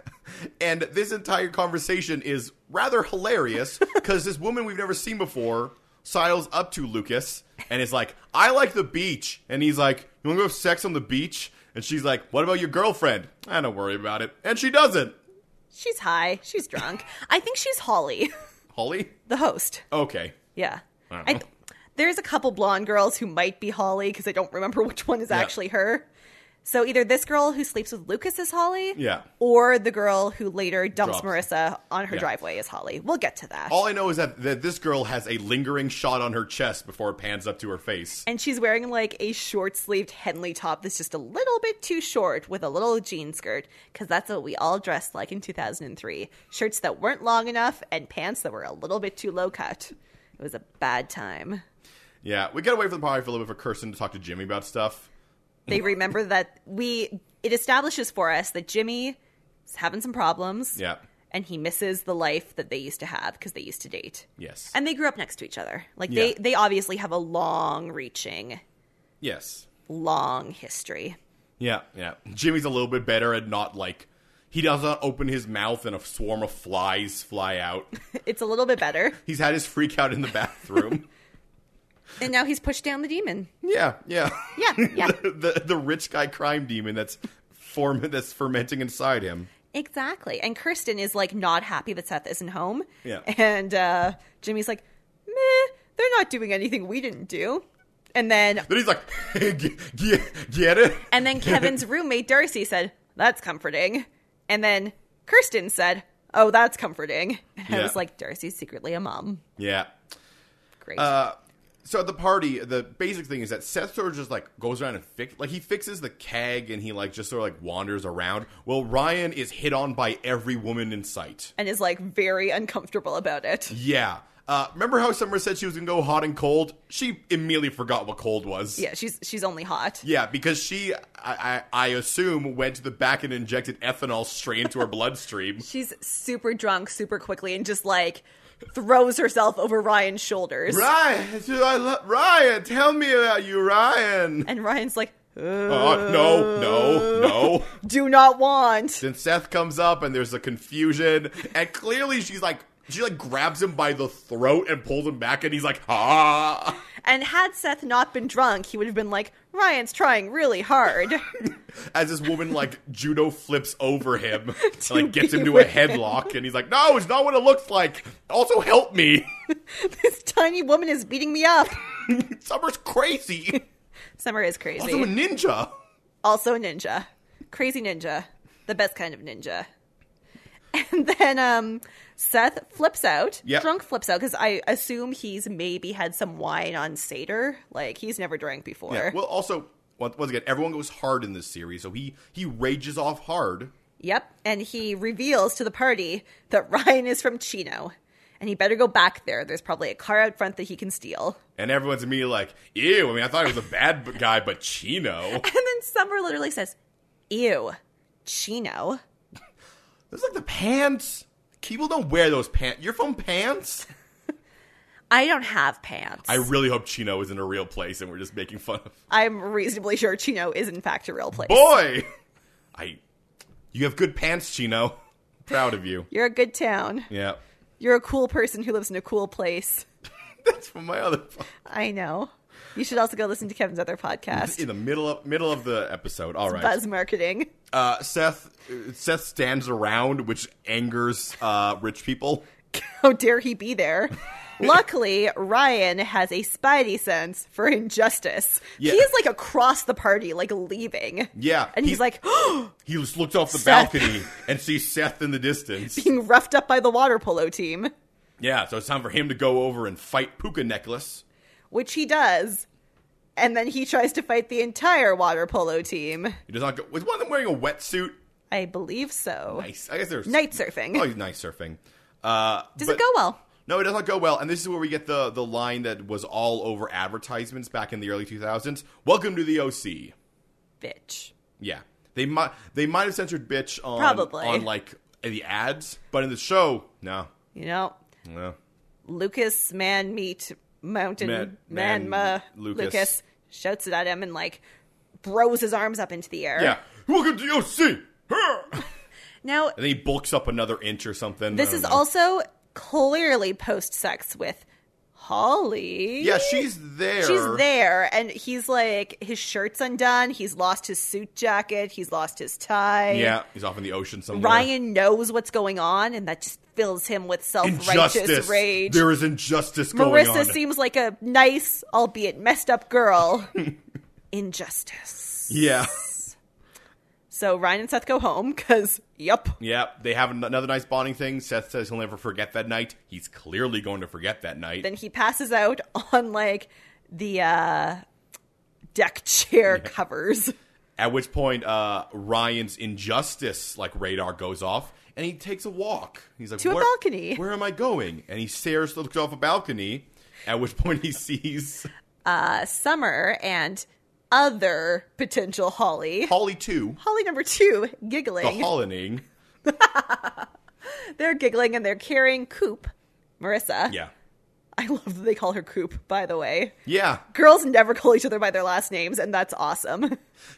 [SPEAKER 1] and this entire conversation is rather hilarious because this woman we've never seen before sidles up to Lucas and is like, I like the beach. And he's like, You wanna go have sex on the beach? And she's like, What about your girlfriend? I don't worry about it. And she doesn't.
[SPEAKER 2] She's high. She's drunk. I think she's Holly,
[SPEAKER 1] Holly?
[SPEAKER 2] the host.
[SPEAKER 1] Okay.
[SPEAKER 2] Yeah.
[SPEAKER 1] I don't
[SPEAKER 2] I
[SPEAKER 1] know.
[SPEAKER 2] there's a couple blonde girls who might be Holly because I don't remember which one is
[SPEAKER 1] Yeah.
[SPEAKER 2] actually her. So either this girl who sleeps with Lucas is Holly,
[SPEAKER 1] Yeah.
[SPEAKER 2] or the girl who later dumps
[SPEAKER 1] Drops.
[SPEAKER 2] Marissa on her
[SPEAKER 1] Yeah.
[SPEAKER 2] driveway is Holly. We'll get to that.
[SPEAKER 1] All I know is that, that this girl has a lingering shot on her chest before it pans up to her face.
[SPEAKER 2] and she's wearing like a short sleeved Henley top that's just a little bit too short with a little jean skirt because that's what we all dressed like in 2003 shirts that weren't long enough and pants that were a little bit too low cut. It was a bad time.
[SPEAKER 1] Yeah, we get away from the party for a little bit for Kirsten to talk to Jimmy about stuff.
[SPEAKER 2] they remember that we it establishes for us that Jimmy is having some problems.
[SPEAKER 1] Yeah.
[SPEAKER 2] And he misses the life that they used to have because they used to date.
[SPEAKER 1] Yes.
[SPEAKER 2] And they grew up next to each other. Like they
[SPEAKER 1] Yeah.
[SPEAKER 2] they obviously have a long reaching,
[SPEAKER 1] yes.
[SPEAKER 2] long history.
[SPEAKER 1] Yeah, yeah. Jimmy's a little bit better at not like he does not open his mouth and a swarm of flies fly out.
[SPEAKER 2] It's a little bit better.
[SPEAKER 1] He's had his freak out in the bathroom.
[SPEAKER 2] And now he's pushed down the demon.
[SPEAKER 1] yeah, yeah.
[SPEAKER 2] Yeah, yeah.
[SPEAKER 1] the the rich guy crime demon that's form that's fermenting inside him.
[SPEAKER 2] exactly. And Kirsten is like not happy that Seth isn't home.
[SPEAKER 1] Yeah.
[SPEAKER 2] And uh Jimmy's like, meh, they're not doing anything we didn't do. And then
[SPEAKER 1] Then he's like, get, get, get it?
[SPEAKER 2] And then Kevin's roommate Darcy said, "That's comforting." And then Kirsten said, "Oh, that's comforting." And I
[SPEAKER 1] Yeah.
[SPEAKER 2] was like, "Darcy's secretly a mom."
[SPEAKER 1] Yeah.
[SPEAKER 2] Great.
[SPEAKER 1] Uh, So at the party, the basic thing is that Seth sort of just like goes around and fix, like he fixes the keg and he like just sort of like wanders around. Well, Ryan is hit on by every woman in sight.
[SPEAKER 2] and is like very uncomfortable about it.
[SPEAKER 1] Yeah. Uh, remember how Summer said she was gonna go hot and cold? She immediately forgot what cold was.
[SPEAKER 2] Yeah, she's she's only hot.
[SPEAKER 1] Yeah, because she, I, I, I assume, went to the back and injected ethanol straight into her bloodstream.
[SPEAKER 2] She's super drunk super quickly and just like throws herself over Ryan's shoulders.
[SPEAKER 1] Ryan, do I lo- Ryan, tell me about you, Ryan.
[SPEAKER 2] And Ryan's like, "Uh,
[SPEAKER 1] Oh no, no, no.
[SPEAKER 2] "Do not want."
[SPEAKER 1] then Seth comes up and there's a confusion, and clearly she's like, she like grabs him by the throat and pulls him back, and he's like, ah.
[SPEAKER 2] And had Seth not been drunk, he would have been like, "Ryan's trying really hard."
[SPEAKER 1] as this woman like judo flips over him, and,
[SPEAKER 2] To
[SPEAKER 1] like gets
[SPEAKER 2] be
[SPEAKER 1] him to a
[SPEAKER 2] with
[SPEAKER 1] headlock, and he's like, "No, it's not what it looks like. Also, help me.
[SPEAKER 2] this tiny woman is beating me up.
[SPEAKER 1] Summer's crazy.
[SPEAKER 2] Summer is crazy.
[SPEAKER 1] Also, a ninja.
[SPEAKER 2] also a ninja crazy ninja the best kind of ninja and then um seth flips out
[SPEAKER 1] Yep.
[SPEAKER 2] drunk flips out because i assume he's maybe had some wine on seder like he's never drank before
[SPEAKER 1] Yeah, well, also once once again, everyone goes hard in this series, so he he rages off hard.
[SPEAKER 2] yep and he reveals to the party that ryan is from chino and he better go back there there's probably a car out front that he can steal
[SPEAKER 1] And everyone's immediately like, ew, I mean, I thought he was a bad b- guy, but Chino.
[SPEAKER 2] and then summer literally says ew chino
[SPEAKER 1] Those like the pants. People don't wear those pants. You're from pants?
[SPEAKER 2] i don't have pants
[SPEAKER 1] I really hope Chino is in a real place and we're just making fun of
[SPEAKER 2] i'm reasonably sure chino is in fact a real place
[SPEAKER 1] boy i you have good pants chino proud of you
[SPEAKER 2] You're a good town.
[SPEAKER 1] yeah
[SPEAKER 2] You're a cool person who lives in a cool place.
[SPEAKER 1] that's from my other
[SPEAKER 2] I know. You should also go listen to Kevin's other podcast,
[SPEAKER 1] in the middle of middle of the episode. All right,
[SPEAKER 2] Buzz Marketing.
[SPEAKER 1] uh, Seth. Seth stands around, which angers uh, rich people.
[SPEAKER 2] How dare he be there? Luckily, Ryan has a spidey sense for injustice.
[SPEAKER 1] Yeah.
[SPEAKER 2] He's like across the party, like leaving.
[SPEAKER 1] Yeah,
[SPEAKER 2] And he's
[SPEAKER 1] he-
[SPEAKER 2] like
[SPEAKER 1] he just looks off the
[SPEAKER 2] Seth.
[SPEAKER 1] balcony and sees Seth in the distance.
[SPEAKER 2] being roughed up by the water polo team,
[SPEAKER 1] Yeah, so it's time for him to go over and fight Puka Necklace.
[SPEAKER 2] which he does. And then he tries to fight the entire water polo team.
[SPEAKER 1] He does not go. Was one of them wearing a wetsuit?
[SPEAKER 2] I believe so.
[SPEAKER 1] Nice. I guess there's
[SPEAKER 2] Night surfing.
[SPEAKER 1] Oh, he's night surfing. Uh,
[SPEAKER 2] Does
[SPEAKER 1] but-
[SPEAKER 2] it go well?
[SPEAKER 1] No, it does not go well. And this is where we get the the line that was all over advertisements back in the early 2000s. Welcome to the OC.
[SPEAKER 2] Bitch.
[SPEAKER 1] Yeah, they might they might have censored bitch on
[SPEAKER 2] Probably.
[SPEAKER 1] on like the ads, but in the show, no,
[SPEAKER 2] You know,
[SPEAKER 1] no.
[SPEAKER 2] Er. Lucas, man, meet mountain,
[SPEAKER 1] Man-
[SPEAKER 2] man,
[SPEAKER 1] man,
[SPEAKER 2] ma,
[SPEAKER 1] Lucas.
[SPEAKER 2] Lucas. shouts it at him and like throws his arms up into the air.
[SPEAKER 1] Yeah, welcome to the OC. Huh! and
[SPEAKER 2] Now,
[SPEAKER 1] then he bulks up another inch or something. I
[SPEAKER 2] this
[SPEAKER 1] don't
[SPEAKER 2] is
[SPEAKER 1] know.
[SPEAKER 2] also clearly post sex with Holly.
[SPEAKER 1] Yeah, she's there.
[SPEAKER 2] She's there, and he's like, his shirt's undone. He's lost his suit jacket. He's lost his tie.
[SPEAKER 1] Yeah, he's off in the ocean somewhere.
[SPEAKER 2] Ryan knows what's going on, and that just fills him with self righteous
[SPEAKER 1] injustice.
[SPEAKER 2] rage.
[SPEAKER 1] There is injustice going on.
[SPEAKER 2] Marissa seems like a nice, albeit messed up girl. Injustice.
[SPEAKER 1] yeah,
[SPEAKER 2] So Ryan and Seth go home because, yep.
[SPEAKER 1] yeah. They have an- another nice bonding thing. Seth says he'll never forget that night. He's clearly going to forget that night.
[SPEAKER 2] Then he passes out on like the uh, deck chair covers.
[SPEAKER 1] At which point, uh, Ryan's injustice like radar goes off, and he takes a walk. He's like
[SPEAKER 2] To a
[SPEAKER 1] "Where-
[SPEAKER 2] balcony."
[SPEAKER 1] Where am I going? And he stares, looks off a balcony. At which point, he sees
[SPEAKER 2] Uh, Summer and other potential Holly.
[SPEAKER 1] Holly too,
[SPEAKER 2] Holly number two
[SPEAKER 1] the
[SPEAKER 2] giggling.
[SPEAKER 1] Hollining.
[SPEAKER 2] they're giggling and they're carrying Coop, Marissa.
[SPEAKER 1] Yeah,
[SPEAKER 2] I love that they call her Coop, by the way.
[SPEAKER 1] yeah.
[SPEAKER 2] Girls never call each other by their last names, and that's awesome.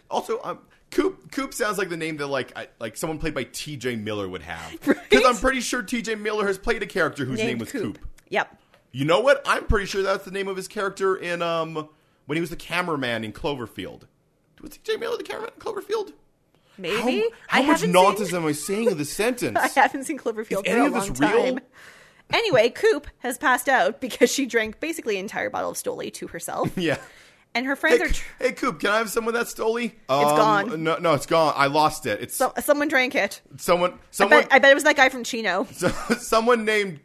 [SPEAKER 1] Also, um, Coop Coop sounds like the name that like I, like someone played by T.J. Miller would have because
[SPEAKER 2] Right?
[SPEAKER 1] I'm pretty sure T.J. Miller has played a character whose name
[SPEAKER 2] Named
[SPEAKER 1] was Coop.
[SPEAKER 2] Yep.
[SPEAKER 1] You know what? I'm pretty sure that's the name of his character in um when he was the cameraman in Cloverfield. Was T.J. Miller the cameraman in Cloverfield?
[SPEAKER 2] Maybe.
[SPEAKER 1] How, how
[SPEAKER 2] I
[SPEAKER 1] much
[SPEAKER 2] haven't
[SPEAKER 1] nonsense
[SPEAKER 2] Seen,
[SPEAKER 1] am I saying in this sentence?
[SPEAKER 2] I haven't seen Cloverfield
[SPEAKER 1] Is
[SPEAKER 2] for
[SPEAKER 1] any
[SPEAKER 2] a
[SPEAKER 1] of this
[SPEAKER 2] long
[SPEAKER 1] real?
[SPEAKER 2] time. Anyway, Coop has passed out because she drank basically an entire bottle of Stoli to herself,
[SPEAKER 1] yeah.
[SPEAKER 2] and her
[SPEAKER 1] Hey,
[SPEAKER 2] friends are.
[SPEAKER 1] C-
[SPEAKER 2] Tr-
[SPEAKER 1] hey, Coop, can I have some of that Stoli? It's
[SPEAKER 2] gone.
[SPEAKER 1] No, no, it's gone. I lost it. It's
[SPEAKER 2] so- someone drank it.
[SPEAKER 1] someone.
[SPEAKER 2] I
[SPEAKER 1] Someone.
[SPEAKER 2] bet, I bet it was that guy from Chino.
[SPEAKER 1] so, someone named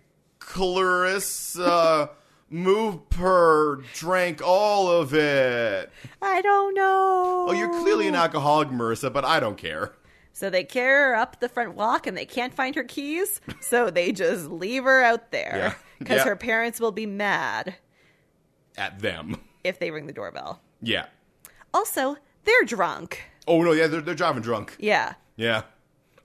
[SPEAKER 1] Clarissa Moveper drank all of it.
[SPEAKER 2] I don't know.
[SPEAKER 1] Oh, you're clearly an alcoholic, Marissa, but I don't care.
[SPEAKER 2] So they carry her up the front walk and they can't find her keys, so they just leave her out there
[SPEAKER 1] Yeah.
[SPEAKER 2] because
[SPEAKER 1] Yeah.
[SPEAKER 2] her parents will be mad
[SPEAKER 1] At them.
[SPEAKER 2] if they ring the doorbell.
[SPEAKER 1] Yeah.
[SPEAKER 2] Also, they're drunk.
[SPEAKER 1] Oh no, yeah, they're, they're driving drunk.
[SPEAKER 2] Yeah.
[SPEAKER 1] Yeah.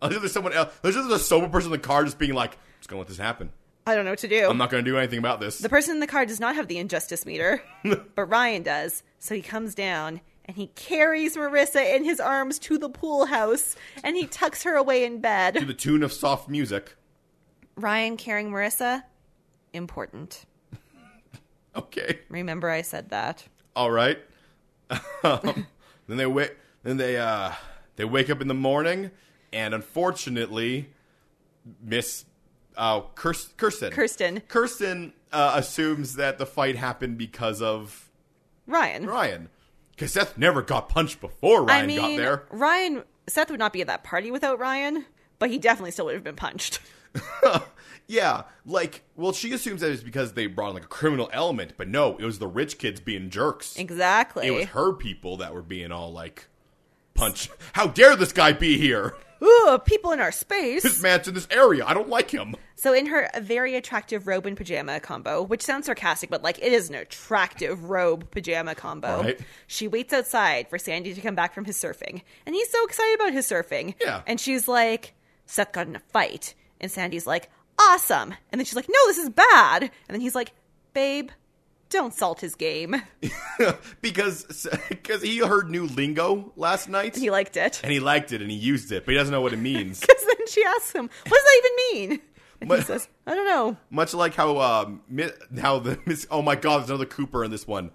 [SPEAKER 1] Unless there's someone else. Unless there's a sober person in the car just being like, "I'm just gonna let this happen.
[SPEAKER 2] I don't know what to do.
[SPEAKER 1] I'm not gonna do anything about this."
[SPEAKER 2] The person in the car does not have the injustice meter, but Ryan does. So he comes down and he carries Marissa in his arms to the pool house and he tucks her away in
[SPEAKER 1] to
[SPEAKER 2] bed.
[SPEAKER 1] the tune of soft music.
[SPEAKER 2] Ryan carrying Marissa, important.
[SPEAKER 1] Okay.
[SPEAKER 2] Remember, I said that.
[SPEAKER 1] All right. Um, then they wake. Then they uh, they wake up in the morning, and unfortunately, Miss uh, Kirst- Kirsten
[SPEAKER 2] Kirsten.
[SPEAKER 1] Kirsten uh, assumes that the fight happened because of
[SPEAKER 2] Ryan.
[SPEAKER 1] Ryan, because Seth never got punched before Ryan
[SPEAKER 2] I mean,
[SPEAKER 1] got there.
[SPEAKER 2] Ryan, Seth would not be at that party without Ryan, but he definitely still would have been punched.
[SPEAKER 1] yeah, like, well, she assumes that it's because they brought in like a criminal element, but no, it was the rich kids being jerks.
[SPEAKER 2] Exactly.
[SPEAKER 1] It was her people that were being all like, punch. How dare this guy be here?
[SPEAKER 2] Ooh, people in our space.
[SPEAKER 1] This man's in this area. I don't like him.
[SPEAKER 2] So in her very attractive robe and pajama combo, which sounds sarcastic, but like it is an attractive robe pajama combo.
[SPEAKER 1] Right.
[SPEAKER 2] She waits outside for Sandy to come back from his surfing, and he's so excited about his surfing.
[SPEAKER 1] Yeah.
[SPEAKER 2] And she's like, "Seth got in a fight," and Sandy's like, "Awesome," and then she's like, "No, this is bad," and then he's like, "Babe, don't salt his game." And
[SPEAKER 1] Because cause he heard new lingo last night
[SPEAKER 2] he liked it.
[SPEAKER 1] and he liked it and he used it, but he doesn't know what it means.
[SPEAKER 2] Because then she asks him, "What does that even mean?" And he
[SPEAKER 1] But-
[SPEAKER 2] says, "I don't know."
[SPEAKER 1] uh, Much like how um, mi- how the Miss. Oh my God, there's another Cooper in this one.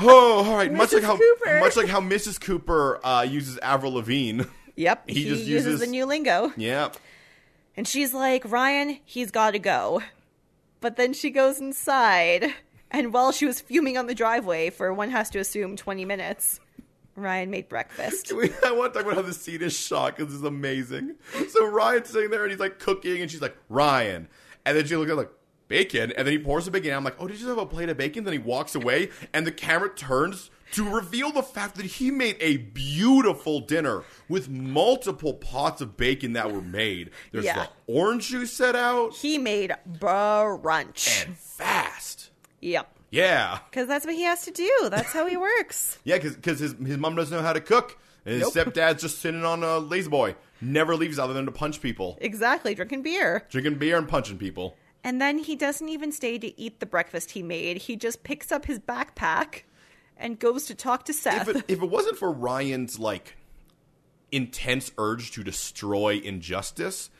[SPEAKER 1] Oh, all right. much like how
[SPEAKER 2] Cooper.
[SPEAKER 1] much like how Mrs. Cooper uh, uses Avril Lavigne.
[SPEAKER 2] Yep.
[SPEAKER 1] He just
[SPEAKER 2] uses,
[SPEAKER 1] uses-
[SPEAKER 2] the new lingo.
[SPEAKER 1] yeah.
[SPEAKER 2] And she's like, Ryan, he's got to go. But then she goes inside. And while she was fuming on the driveway for one has to assume 20 minutes, Ryan made breakfast.
[SPEAKER 1] Can we- I want to talk about how the scene is shot because it's amazing. So Ryan's sitting there and he's like cooking, and she's like Ryan, and then she looks at him like bacon, and then he pours the bacon. And I'm like, oh, did you have a plate of bacon? Then he walks away, and the camera turns to reveal the fact that he made a beautiful dinner with multiple pots of bacon that were made. There's
[SPEAKER 2] Yeah.
[SPEAKER 1] the orange juice set out
[SPEAKER 2] He made brunch.
[SPEAKER 1] and fast.
[SPEAKER 2] Yep.
[SPEAKER 1] Yeah.
[SPEAKER 2] Because that's what he has to do. That's how he works.
[SPEAKER 1] Yeah, because his his mom doesn't know how to cook, and his
[SPEAKER 2] Nope.
[SPEAKER 1] stepdad's just sitting on a lazy boy, never leaves other than to punch people,
[SPEAKER 2] exactly. Drinking beer.
[SPEAKER 1] drinking beer and punching people.
[SPEAKER 2] And then he doesn't even stay to eat the breakfast he made. He just picks up his backpack and goes to talk to Seth.
[SPEAKER 1] If it, if it wasn't for Ryan's like intense urge to destroy injustice,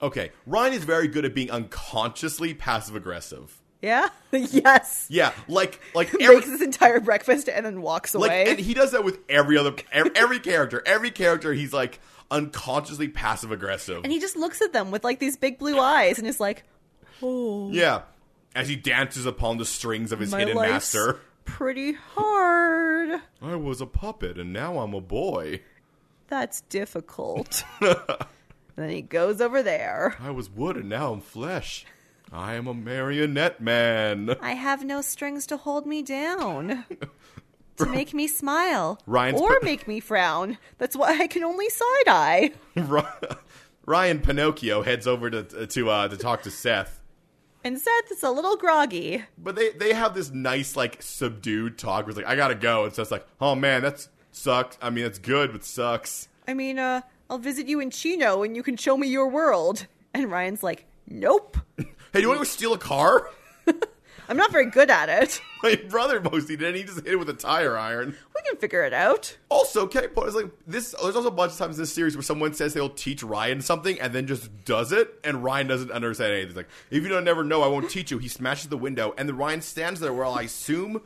[SPEAKER 1] okay, Ryan is very good at being unconsciously passive aggressive.
[SPEAKER 2] yeah? yes.
[SPEAKER 1] Yeah, like like every-
[SPEAKER 2] Makes his entire breakfast and then walks
[SPEAKER 1] like
[SPEAKER 2] away.
[SPEAKER 1] and he does that with every other every, every character. Every character, he's like unconsciously passive aggressive.
[SPEAKER 2] and he just looks at them with like these big blue eyes and is like, "Oh,
[SPEAKER 1] Yeah. As he dances upon the strings of his
[SPEAKER 2] my
[SPEAKER 1] hidden
[SPEAKER 2] life's
[SPEAKER 1] master.
[SPEAKER 2] pretty hard.
[SPEAKER 1] I was a puppet and now I'm a boy.
[SPEAKER 2] That's difficult." then he goes over there.
[SPEAKER 1] I was wood and now I'm flesh. I am a marionette man.
[SPEAKER 2] I have no strings to hold me down. To make me smile
[SPEAKER 1] Ryan's
[SPEAKER 2] or
[SPEAKER 1] put-
[SPEAKER 2] make me frown. That's why I can only side eye.
[SPEAKER 1] Ry- Ryan Pinocchio heads over to to uh, to talk to Seth.
[SPEAKER 2] And Seth is a little groggy.
[SPEAKER 1] But they they have this nice like subdued talk where it's like I got to go and Seth's like, "Oh man, that's sucks. I mean, that's good, but sucks."
[SPEAKER 2] I mean, uh, I'll visit you in Chino and you can show me your world. And Ryan's like, Nope.
[SPEAKER 1] Hey, do you want to go steal a car?
[SPEAKER 2] I'm not very good at it.
[SPEAKER 1] My brother mostly did, and he just hit it with a tire iron.
[SPEAKER 2] We can figure it out.
[SPEAKER 1] Also, can I point it's like this? There's also a bunch of times in this series where someone says they'll teach Ryan something and then just does it, and Ryan doesn't understand anything. He's like, if you don't never know, I won't teach you. He smashes the window, and then Ryan stands there where I assume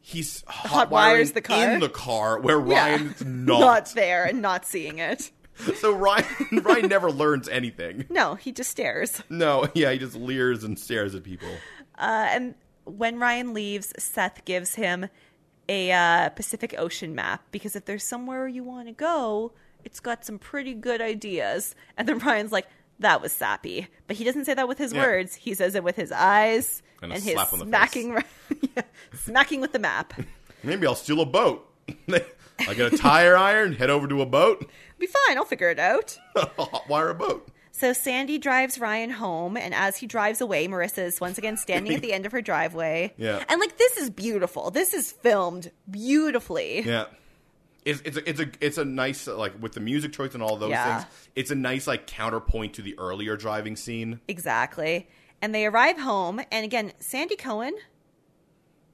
[SPEAKER 1] he's hot
[SPEAKER 2] wires the car?
[SPEAKER 1] in the car where Ryan's
[SPEAKER 2] not.
[SPEAKER 1] not.
[SPEAKER 2] there and not seeing it.
[SPEAKER 1] so Ryan Ryan never learns anything.
[SPEAKER 2] No, he just stares.
[SPEAKER 1] No, yeah, he just leers and stares at people.
[SPEAKER 2] Uh, and when Ryan leaves, Seth gives him a uh, Pacific Ocean map because if there's somewhere you want to go, it's got some pretty good ideas. And then Ryan's like, "That was sappy," but he doesn't say that with his
[SPEAKER 1] Yeah.
[SPEAKER 2] words. He says it with his eyes
[SPEAKER 1] And
[SPEAKER 2] and,
[SPEAKER 1] a
[SPEAKER 2] his
[SPEAKER 1] slap on the face.
[SPEAKER 2] smacking, yeah, smacking with the map.
[SPEAKER 1] Maybe I'll steal a boat. I get a tire iron, head over to a boat,
[SPEAKER 2] Be fine. I'll figure it out.
[SPEAKER 1] hot wire a boat.
[SPEAKER 2] So Sandy drives Ryan home, and as he drives away, Marissa is once again standing at the end of her driveway.
[SPEAKER 1] Yeah.
[SPEAKER 2] And like, this is beautiful. This is filmed beautifully.
[SPEAKER 1] Yeah. It's, it's a it's a it's a nice uh, like with the music choice and all those
[SPEAKER 2] Yeah.
[SPEAKER 1] things. It's a nice like counterpoint to the earlier driving scene.
[SPEAKER 2] Exactly. And they arrive home, and again, Sandy Cohen,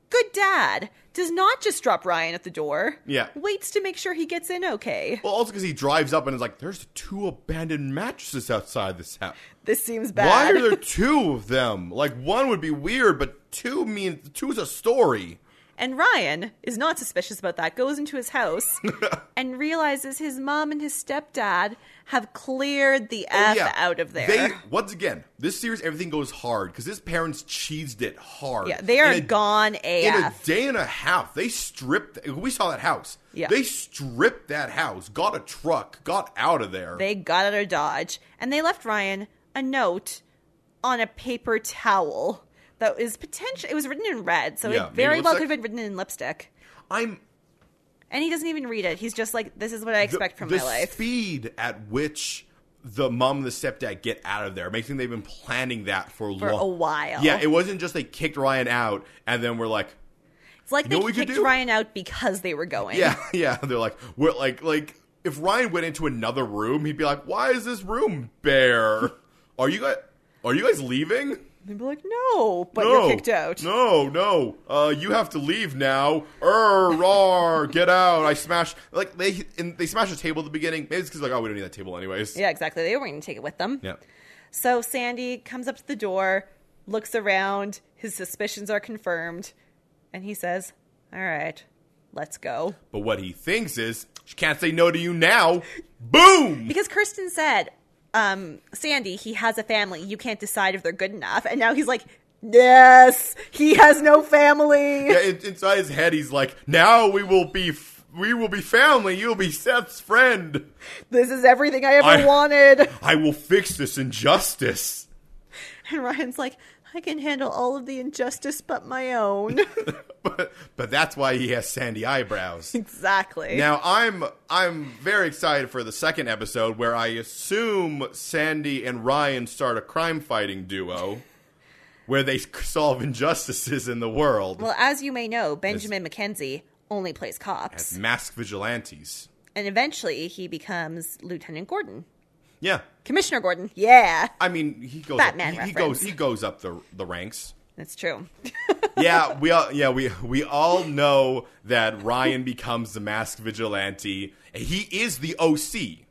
[SPEAKER 2] good dad, does not just drop Ryan at the door.
[SPEAKER 1] Yeah.
[SPEAKER 2] Waits to make sure he gets in okay.
[SPEAKER 1] Well, also because he drives up and is like, "There's two abandoned mattresses outside this house.
[SPEAKER 2] This seems bad.
[SPEAKER 1] Why are there two of them? Like one would be weird, but two mean two is a story.
[SPEAKER 2] And Ryan is not suspicious about that, goes into his house and realizes his mom and his stepdad have cleared the F out of there.
[SPEAKER 1] Oh, They once again this series everything goes hard because his parents cheesed it hard.
[SPEAKER 2] yeah, they are
[SPEAKER 1] In a-
[SPEAKER 2] gone
[SPEAKER 1] in a
[SPEAKER 2] AF.
[SPEAKER 1] day and a half they stripped we saw that house
[SPEAKER 2] Yeah.
[SPEAKER 1] they stripped that house got a truck got out of there
[SPEAKER 2] they got out of Dodge. And they left Ryan a note on a paper towel that is potential. It was written in red, so
[SPEAKER 1] Yeah,
[SPEAKER 2] it
[SPEAKER 1] maybe
[SPEAKER 2] very well
[SPEAKER 1] lipstick.
[SPEAKER 2] could have been written in lipstick.
[SPEAKER 1] i'm
[SPEAKER 2] And he doesn't even read it. He's just like, this is what I
[SPEAKER 1] the,
[SPEAKER 2] expect from
[SPEAKER 1] the
[SPEAKER 2] my life.
[SPEAKER 1] speed at which the mom and the stepdad get out of there makes me think they've been planning that for,
[SPEAKER 2] For
[SPEAKER 1] long.
[SPEAKER 2] a while.
[SPEAKER 1] yeah it wasn't just they kicked ryan out and then we're like
[SPEAKER 2] it's like
[SPEAKER 1] know what
[SPEAKER 2] they
[SPEAKER 1] we could
[SPEAKER 2] kicked
[SPEAKER 1] do?
[SPEAKER 2] Ryan out because they were going.
[SPEAKER 1] yeah yeah they're like we're like like if ryan went into another room he'd be like why is this room bare are you guys are you guys leaving
[SPEAKER 2] They'd be like, no, but
[SPEAKER 1] no,
[SPEAKER 2] you're kicked out.
[SPEAKER 1] No, no. Uh, you have to leave now. Err, rar, get out. I smash like they and they smash a table at the beginning. Maybe it's because like oh we don't need that table anyways.
[SPEAKER 2] Yeah, exactly. They weren't going to take it with them.
[SPEAKER 1] Yeah.
[SPEAKER 2] So Sandy comes up to the door, looks around. His suspicions are confirmed. And he says, All right, let's go.
[SPEAKER 1] But what he thinks is, she can't say no to you now. Boom!
[SPEAKER 2] Because Kirsten said, um, Sandy, he has a family. You can't decide if they're good enough. And now he's like, Yes, he has no family.
[SPEAKER 1] Yeah, in- inside his head, he's like, now we will be, f- we will be family. You'll be Seth's friend.
[SPEAKER 2] This is everything I ever
[SPEAKER 1] I-
[SPEAKER 2] wanted.
[SPEAKER 1] I will fix this injustice.
[SPEAKER 2] And Ryan's like, I can handle all of the injustice but my own.
[SPEAKER 1] But, but that's why he has sandy eyebrows.
[SPEAKER 2] exactly.
[SPEAKER 1] Now I'm I'm very excited for the second episode where I assume Sandy and Ryan start a crime fighting duo where they solve injustices in the world
[SPEAKER 2] well, as you may know, Benjamin McKenzie only plays cops.
[SPEAKER 1] as masked vigilantes.
[SPEAKER 2] and eventually he becomes Lieutenant Gordon.
[SPEAKER 1] Yeah.
[SPEAKER 2] Commissioner Gordon. Yeah.
[SPEAKER 1] I mean, he goes up, he,
[SPEAKER 2] Batman
[SPEAKER 1] he
[SPEAKER 2] reference.
[SPEAKER 1] goes he goes up the the ranks.
[SPEAKER 2] That's true.
[SPEAKER 1] yeah, we all yeah we we all know that Ryan becomes the masked vigilante. He is the OC.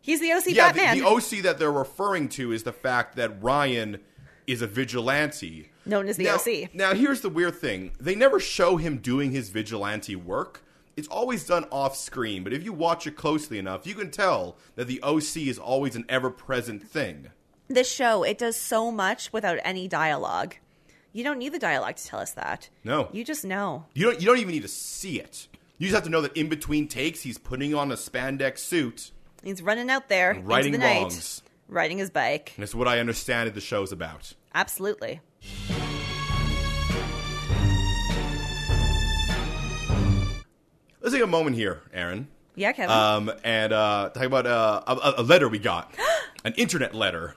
[SPEAKER 2] He's the OC
[SPEAKER 1] Yeah,
[SPEAKER 2] Batman.
[SPEAKER 1] the, the OC that they're referring to is the fact that Ryan is a vigilante.
[SPEAKER 2] Known as the
[SPEAKER 1] now,
[SPEAKER 2] OC.
[SPEAKER 1] Now, here's the weird thing they never show him doing his vigilante work. It's always done off screen, but if you watch it closely enough, you can tell that the OC is always an ever present thing.
[SPEAKER 2] this show, it does so much without any dialogue. You don't need the dialogue to tell us that.
[SPEAKER 1] No.
[SPEAKER 2] You just know.
[SPEAKER 1] You don't, you don't even need to see it. You just have to know that in between takes, he's putting on a spandex suit
[SPEAKER 2] He's running out there
[SPEAKER 1] and riding
[SPEAKER 2] into the
[SPEAKER 1] longs.
[SPEAKER 2] night, riding his bike.
[SPEAKER 1] And that's what I understand that the show's about.
[SPEAKER 2] Absolutely.
[SPEAKER 1] Let's take a moment here, Aaron.
[SPEAKER 2] Yeah, Kevin.
[SPEAKER 1] um, and uh, talk about uh, a, a letter we got, an internet letter.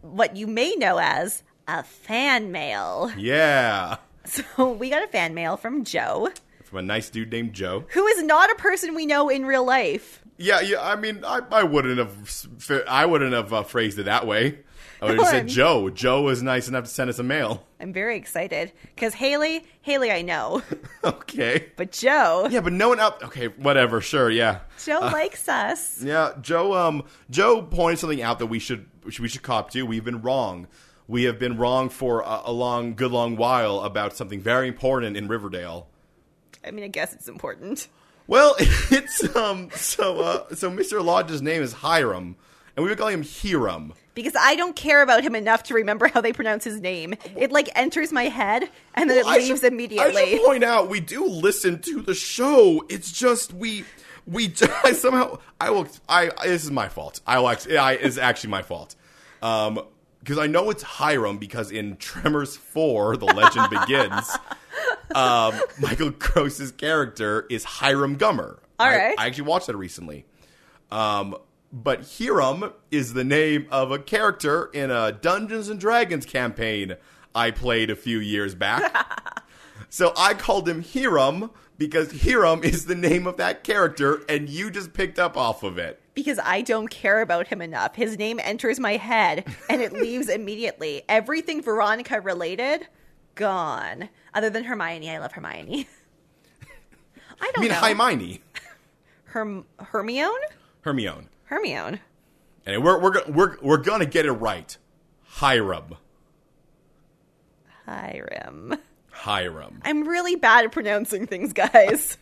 [SPEAKER 2] what you may know as a fan mail.
[SPEAKER 1] Yeah,
[SPEAKER 2] So we got a fan mail from Joe,
[SPEAKER 1] from a nice dude named Joe.
[SPEAKER 2] who is not a person we know in real life.
[SPEAKER 1] Yeah, yeah. I mean, I, I wouldn't have, s- fa- I wouldn't have uh, phrased it that way. I would have said
[SPEAKER 2] Come on.
[SPEAKER 1] Joe. Joe was nice enough to send us a mail.
[SPEAKER 2] I'm very excited because Haley, Haley, I know,
[SPEAKER 1] Okay.
[SPEAKER 2] but Joe,
[SPEAKER 1] Yeah, Uh. but no one up. Okay, whatever. Sure. Yeah.
[SPEAKER 2] Joe likes us.
[SPEAKER 1] Yeah, Joe. Um, Joe pointed something out that we should we should cop to. We've been wrong. We have been wrong for a, a long, good long while about something very important in Riverdale.
[SPEAKER 2] I mean, I guess it's important.
[SPEAKER 1] Well, it's um so uh so Mr. Lodge's name is Hiram, and we were calling him Hiram.
[SPEAKER 2] Because I don't care about him enough to remember how they pronounce his name. It like enters my head and then
[SPEAKER 1] I
[SPEAKER 2] it leaves
[SPEAKER 1] should- I
[SPEAKER 2] immediately.
[SPEAKER 1] should point out we do listen to the show. It's just we we I somehow I will I I- this is my fault. I will act- I it's actually my fault. Um because I know it's Hiram because in Tremors 4 The Legend Begins um Michael Gross's character is Hiram Gummer.
[SPEAKER 2] All
[SPEAKER 1] I-
[SPEAKER 2] right.
[SPEAKER 1] I actually watched that recently. Um, but Hiram is the name of a character in a Dungeons and Dragons campaign I played a few years back. so I called him Hiram because Hiram is the name of that character, and you just picked up off of it.
[SPEAKER 2] because I don't care about him enough. His name enters my head and it leaves immediately. Everything Veronica related, gone. Other than Hermione, I love Hermione. I don't
[SPEAKER 1] I mean,
[SPEAKER 2] know.
[SPEAKER 1] Hermione,
[SPEAKER 2] Herm- Hermione?
[SPEAKER 1] Hermione,
[SPEAKER 2] Hermione.
[SPEAKER 1] and we're we're go- we're we're gonna get it right. Hiram,
[SPEAKER 2] Hiram.
[SPEAKER 1] Hiram.
[SPEAKER 2] I'm really bad at pronouncing things, guys.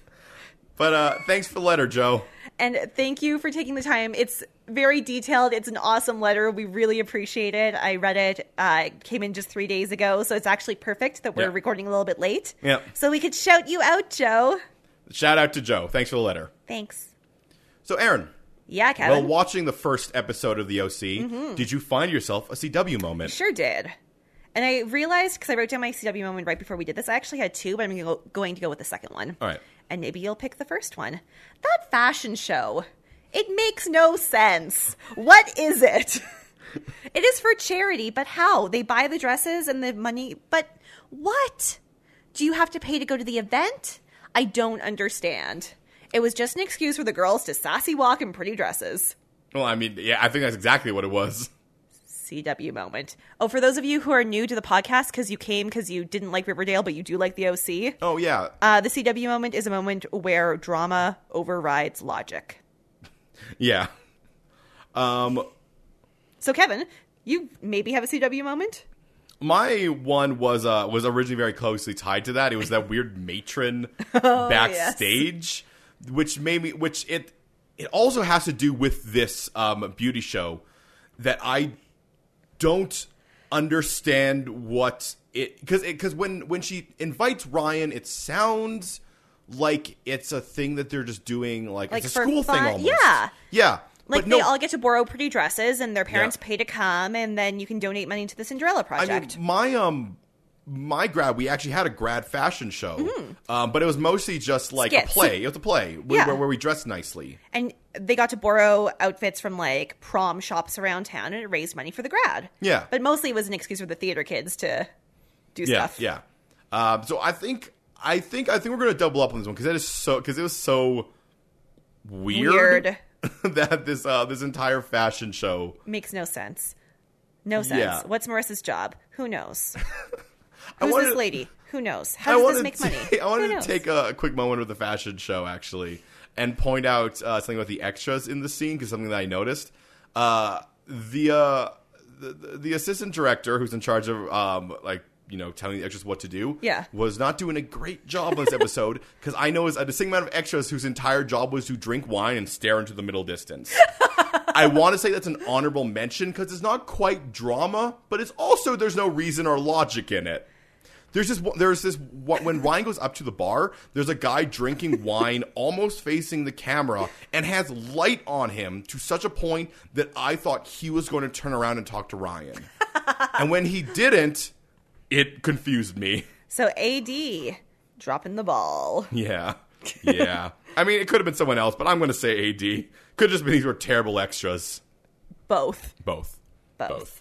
[SPEAKER 1] But uh, thanks for the letter, Joe.
[SPEAKER 2] And thank you for taking the time. It's very detailed. It's an awesome letter. We really appreciate it. I read it. Uh, it came in just three days ago, so it's actually perfect that we're
[SPEAKER 1] Yeah.
[SPEAKER 2] recording a little bit late.
[SPEAKER 1] Yeah.
[SPEAKER 2] So we could shout you out, Joe.
[SPEAKER 1] Shout out to Joe. Thanks for the letter.
[SPEAKER 2] Thanks.
[SPEAKER 1] So, Aaron, Mm-hmm.
[SPEAKER 2] Yeah,
[SPEAKER 1] While
[SPEAKER 2] Kevin.
[SPEAKER 1] watching the first episode of The OC, did you find yourself a CW moment?
[SPEAKER 2] sure did. And I realized because I wrote down my CW moment right before we did this. I actually had two, but I'm gonna go- going to go with the second one.
[SPEAKER 1] All right.
[SPEAKER 2] And maybe you'll pick the first one. That fashion show. It makes no sense. What is it? it is for charity, but how? They buy the dresses and the money, but what? Do you have to pay to go to the event? I don't understand. It was just an excuse for the girls to sassy walk in pretty dresses.
[SPEAKER 1] Well, I mean, yeah, I think that's exactly what it was.
[SPEAKER 2] CW moment. Oh, for those of you who are new to the podcast, because you came because you didn't like Riverdale, but you do like the OC,
[SPEAKER 1] Oh yeah,
[SPEAKER 2] uh, the CW moment is a moment where drama overrides logic.
[SPEAKER 1] yeah. Um,
[SPEAKER 2] So, Kevin, you maybe have a CW moment?
[SPEAKER 1] my one was uh, was originally very closely tied to that. It was that weird matron
[SPEAKER 2] Oh,
[SPEAKER 1] backstage, which made me. Which it it also has to do with this um, beauty show that I don't understand what it because because when when she invites Ryan, it sounds like it's a thing that they're just doing like,
[SPEAKER 2] Like
[SPEAKER 1] it's a
[SPEAKER 2] for
[SPEAKER 1] school thing
[SPEAKER 2] fun-
[SPEAKER 1] almost.
[SPEAKER 2] yeah.
[SPEAKER 1] yeah.
[SPEAKER 2] Like
[SPEAKER 1] but
[SPEAKER 2] they
[SPEAKER 1] no,
[SPEAKER 2] all get to borrow pretty dresses, and their parents
[SPEAKER 1] Yeah.
[SPEAKER 2] pay to come, and then you can donate money to the Cinderella
[SPEAKER 1] I
[SPEAKER 2] project.
[SPEAKER 1] mean, my um, my grad, we actually had a grad fashion show, um, but it was mostly just like
[SPEAKER 2] Mm-hmm. Skits.
[SPEAKER 1] a play. It was a play where,
[SPEAKER 2] Yeah.
[SPEAKER 1] where, where we dressed nicely.
[SPEAKER 2] and they got to borrow outfits from like prom shops around town and it raised money for the grad.
[SPEAKER 1] Yeah.
[SPEAKER 2] But mostly it was an excuse for the theater kids to do stuff.
[SPEAKER 1] Yeah, yeah. Um, so I think I think I think we're gonna double up on this one because that is so because it was so weird,
[SPEAKER 2] Weird.
[SPEAKER 1] that this uh, this entire fashion show.
[SPEAKER 2] Makes no sense. No sense.
[SPEAKER 1] Yeah.
[SPEAKER 2] What's Marissa's job? Who knows?
[SPEAKER 1] I
[SPEAKER 2] Who's
[SPEAKER 1] wanted-
[SPEAKER 2] this lady? Who knows?
[SPEAKER 1] I
[SPEAKER 2] How does
[SPEAKER 1] wanted
[SPEAKER 2] this make
[SPEAKER 1] to,
[SPEAKER 2] money?
[SPEAKER 1] I
[SPEAKER 2] Who
[SPEAKER 1] wanted
[SPEAKER 2] knows?
[SPEAKER 1] to take a, a quick moment with the fashion show actually and point out uh, something about the extras in the scene because something that I noticed. Uh, the, uh, the the- the assistant director who's in charge of um, like you know telling the extras what to do
[SPEAKER 2] Yeah.
[SPEAKER 1] was not doing a great job on this episode because I know is a distinct amount of extras whose entire job was to drink wine and stare into the middle distance. I want to say that's an honorable mention because it's not quite drama, but it's also there's no reason or logic in it. There's just one- there's this one- when Ryan goes up to the bar, there's a guy drinking wine, almost facing the camera, and has light on him to such a point that I thought he was going to turn around and talk to Ryan, and when he didn't, it confused me.
[SPEAKER 2] so AD dropping the ball.
[SPEAKER 1] Yeah, yeah. I mean, it could have been someone else, but I'm going to say AD. Could have just been these were terrible extras.
[SPEAKER 2] Both.
[SPEAKER 1] Both.
[SPEAKER 2] Both.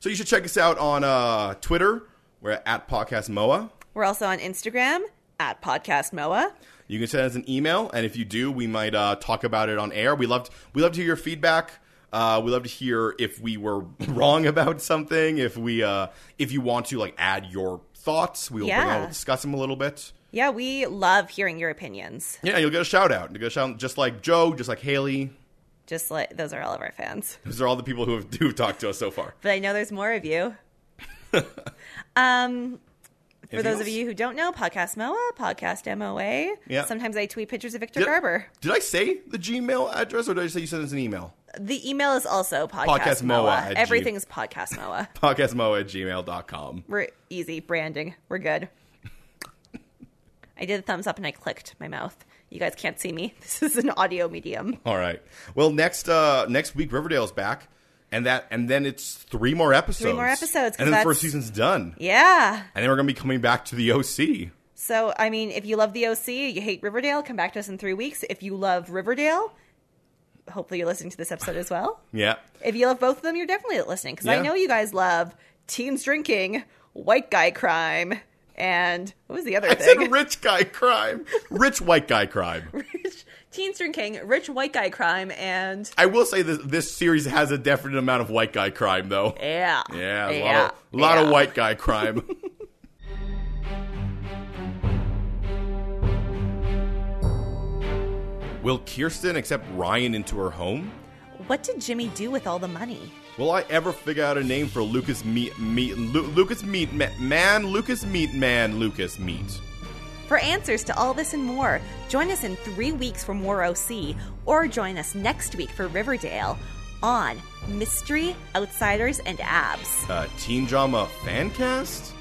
[SPEAKER 1] So you should check us out on uh, Twitter. We're at Podcast Moa.
[SPEAKER 2] We're also on Instagram at Podcast Moa.
[SPEAKER 1] You can send us an email, and if you do, we might uh, talk about it on air. We love we love to hear your feedback. Uh, we love to hear if we were wrong about something. If we uh, if you want to like add your thoughts, we will bring
[SPEAKER 2] Yeah.
[SPEAKER 1] on, we'll discuss them a little bit.
[SPEAKER 2] Yeah, we love hearing your opinions.
[SPEAKER 1] Yeah, you'll get a shout out. You'll get a shout just like Joe, just like Haley.
[SPEAKER 2] Just like those are all of our fans.
[SPEAKER 1] Those are all the people who have who've talked to us so far.
[SPEAKER 2] but I know there's more of you. Um, For those of you who don't know, Podcast MOA, Podcast MOA.
[SPEAKER 1] Yeah.
[SPEAKER 2] Sometimes I tweet pictures of Victor
[SPEAKER 1] Did-
[SPEAKER 2] Garber.
[SPEAKER 1] Did I say the Gmail address or did I say you sent us an email?
[SPEAKER 2] The email is also Podcast,
[SPEAKER 1] Podcast MOA
[SPEAKER 2] MOA.
[SPEAKER 1] at G-
[SPEAKER 2] Everything's Podcast MOA.
[SPEAKER 1] Podcastmo at gmail.com.
[SPEAKER 2] We're easy branding. We're good. I did a thumbs up and I clicked my mouth. You guys can't see me. This is an audio medium.
[SPEAKER 1] All right. Well, next uh next week Riverdale's back, and that and then it's three more episodes.
[SPEAKER 2] more episodes, 'cause
[SPEAKER 1] and then the
[SPEAKER 2] that's-
[SPEAKER 1] first season's done.
[SPEAKER 2] Yeah.
[SPEAKER 1] And then we're gonna be coming back to the OC.
[SPEAKER 2] So, I mean, if you love the OC, you hate Riverdale, come back to us in three weeks. If you love Riverdale, hopefully you're listening to this episode as well.
[SPEAKER 1] Yeah.
[SPEAKER 2] If you love both of them, you're definitely listening because
[SPEAKER 1] Yeah.
[SPEAKER 2] I know you guys love teens drinking, white guy crime, and what was the other
[SPEAKER 1] I
[SPEAKER 2] thing?
[SPEAKER 1] said rich guy crime, rich white guy crime.
[SPEAKER 2] Rich- teens drinking, rich white guy crime, and
[SPEAKER 1] I will say this: this series has a definite amount of white guy crime, though.
[SPEAKER 2] yeah,
[SPEAKER 1] Yeah, a lot, of, lot of
[SPEAKER 2] yeah.
[SPEAKER 1] white guy crime. Will Kirsten accept Ryan into her home?
[SPEAKER 2] What did Jimmy do with all the money?
[SPEAKER 1] Will I ever figure out a name for Lucas Meat Meat Lu, Lucas Meat Ma, Man Lucas Meat Man Lucas Meat?
[SPEAKER 2] For answers to all this and more, join us in three weeks for more OC, or join us next week for Riverdale on Mystery, Outsiders, and Abs.
[SPEAKER 1] Uh, teen drama fan cast?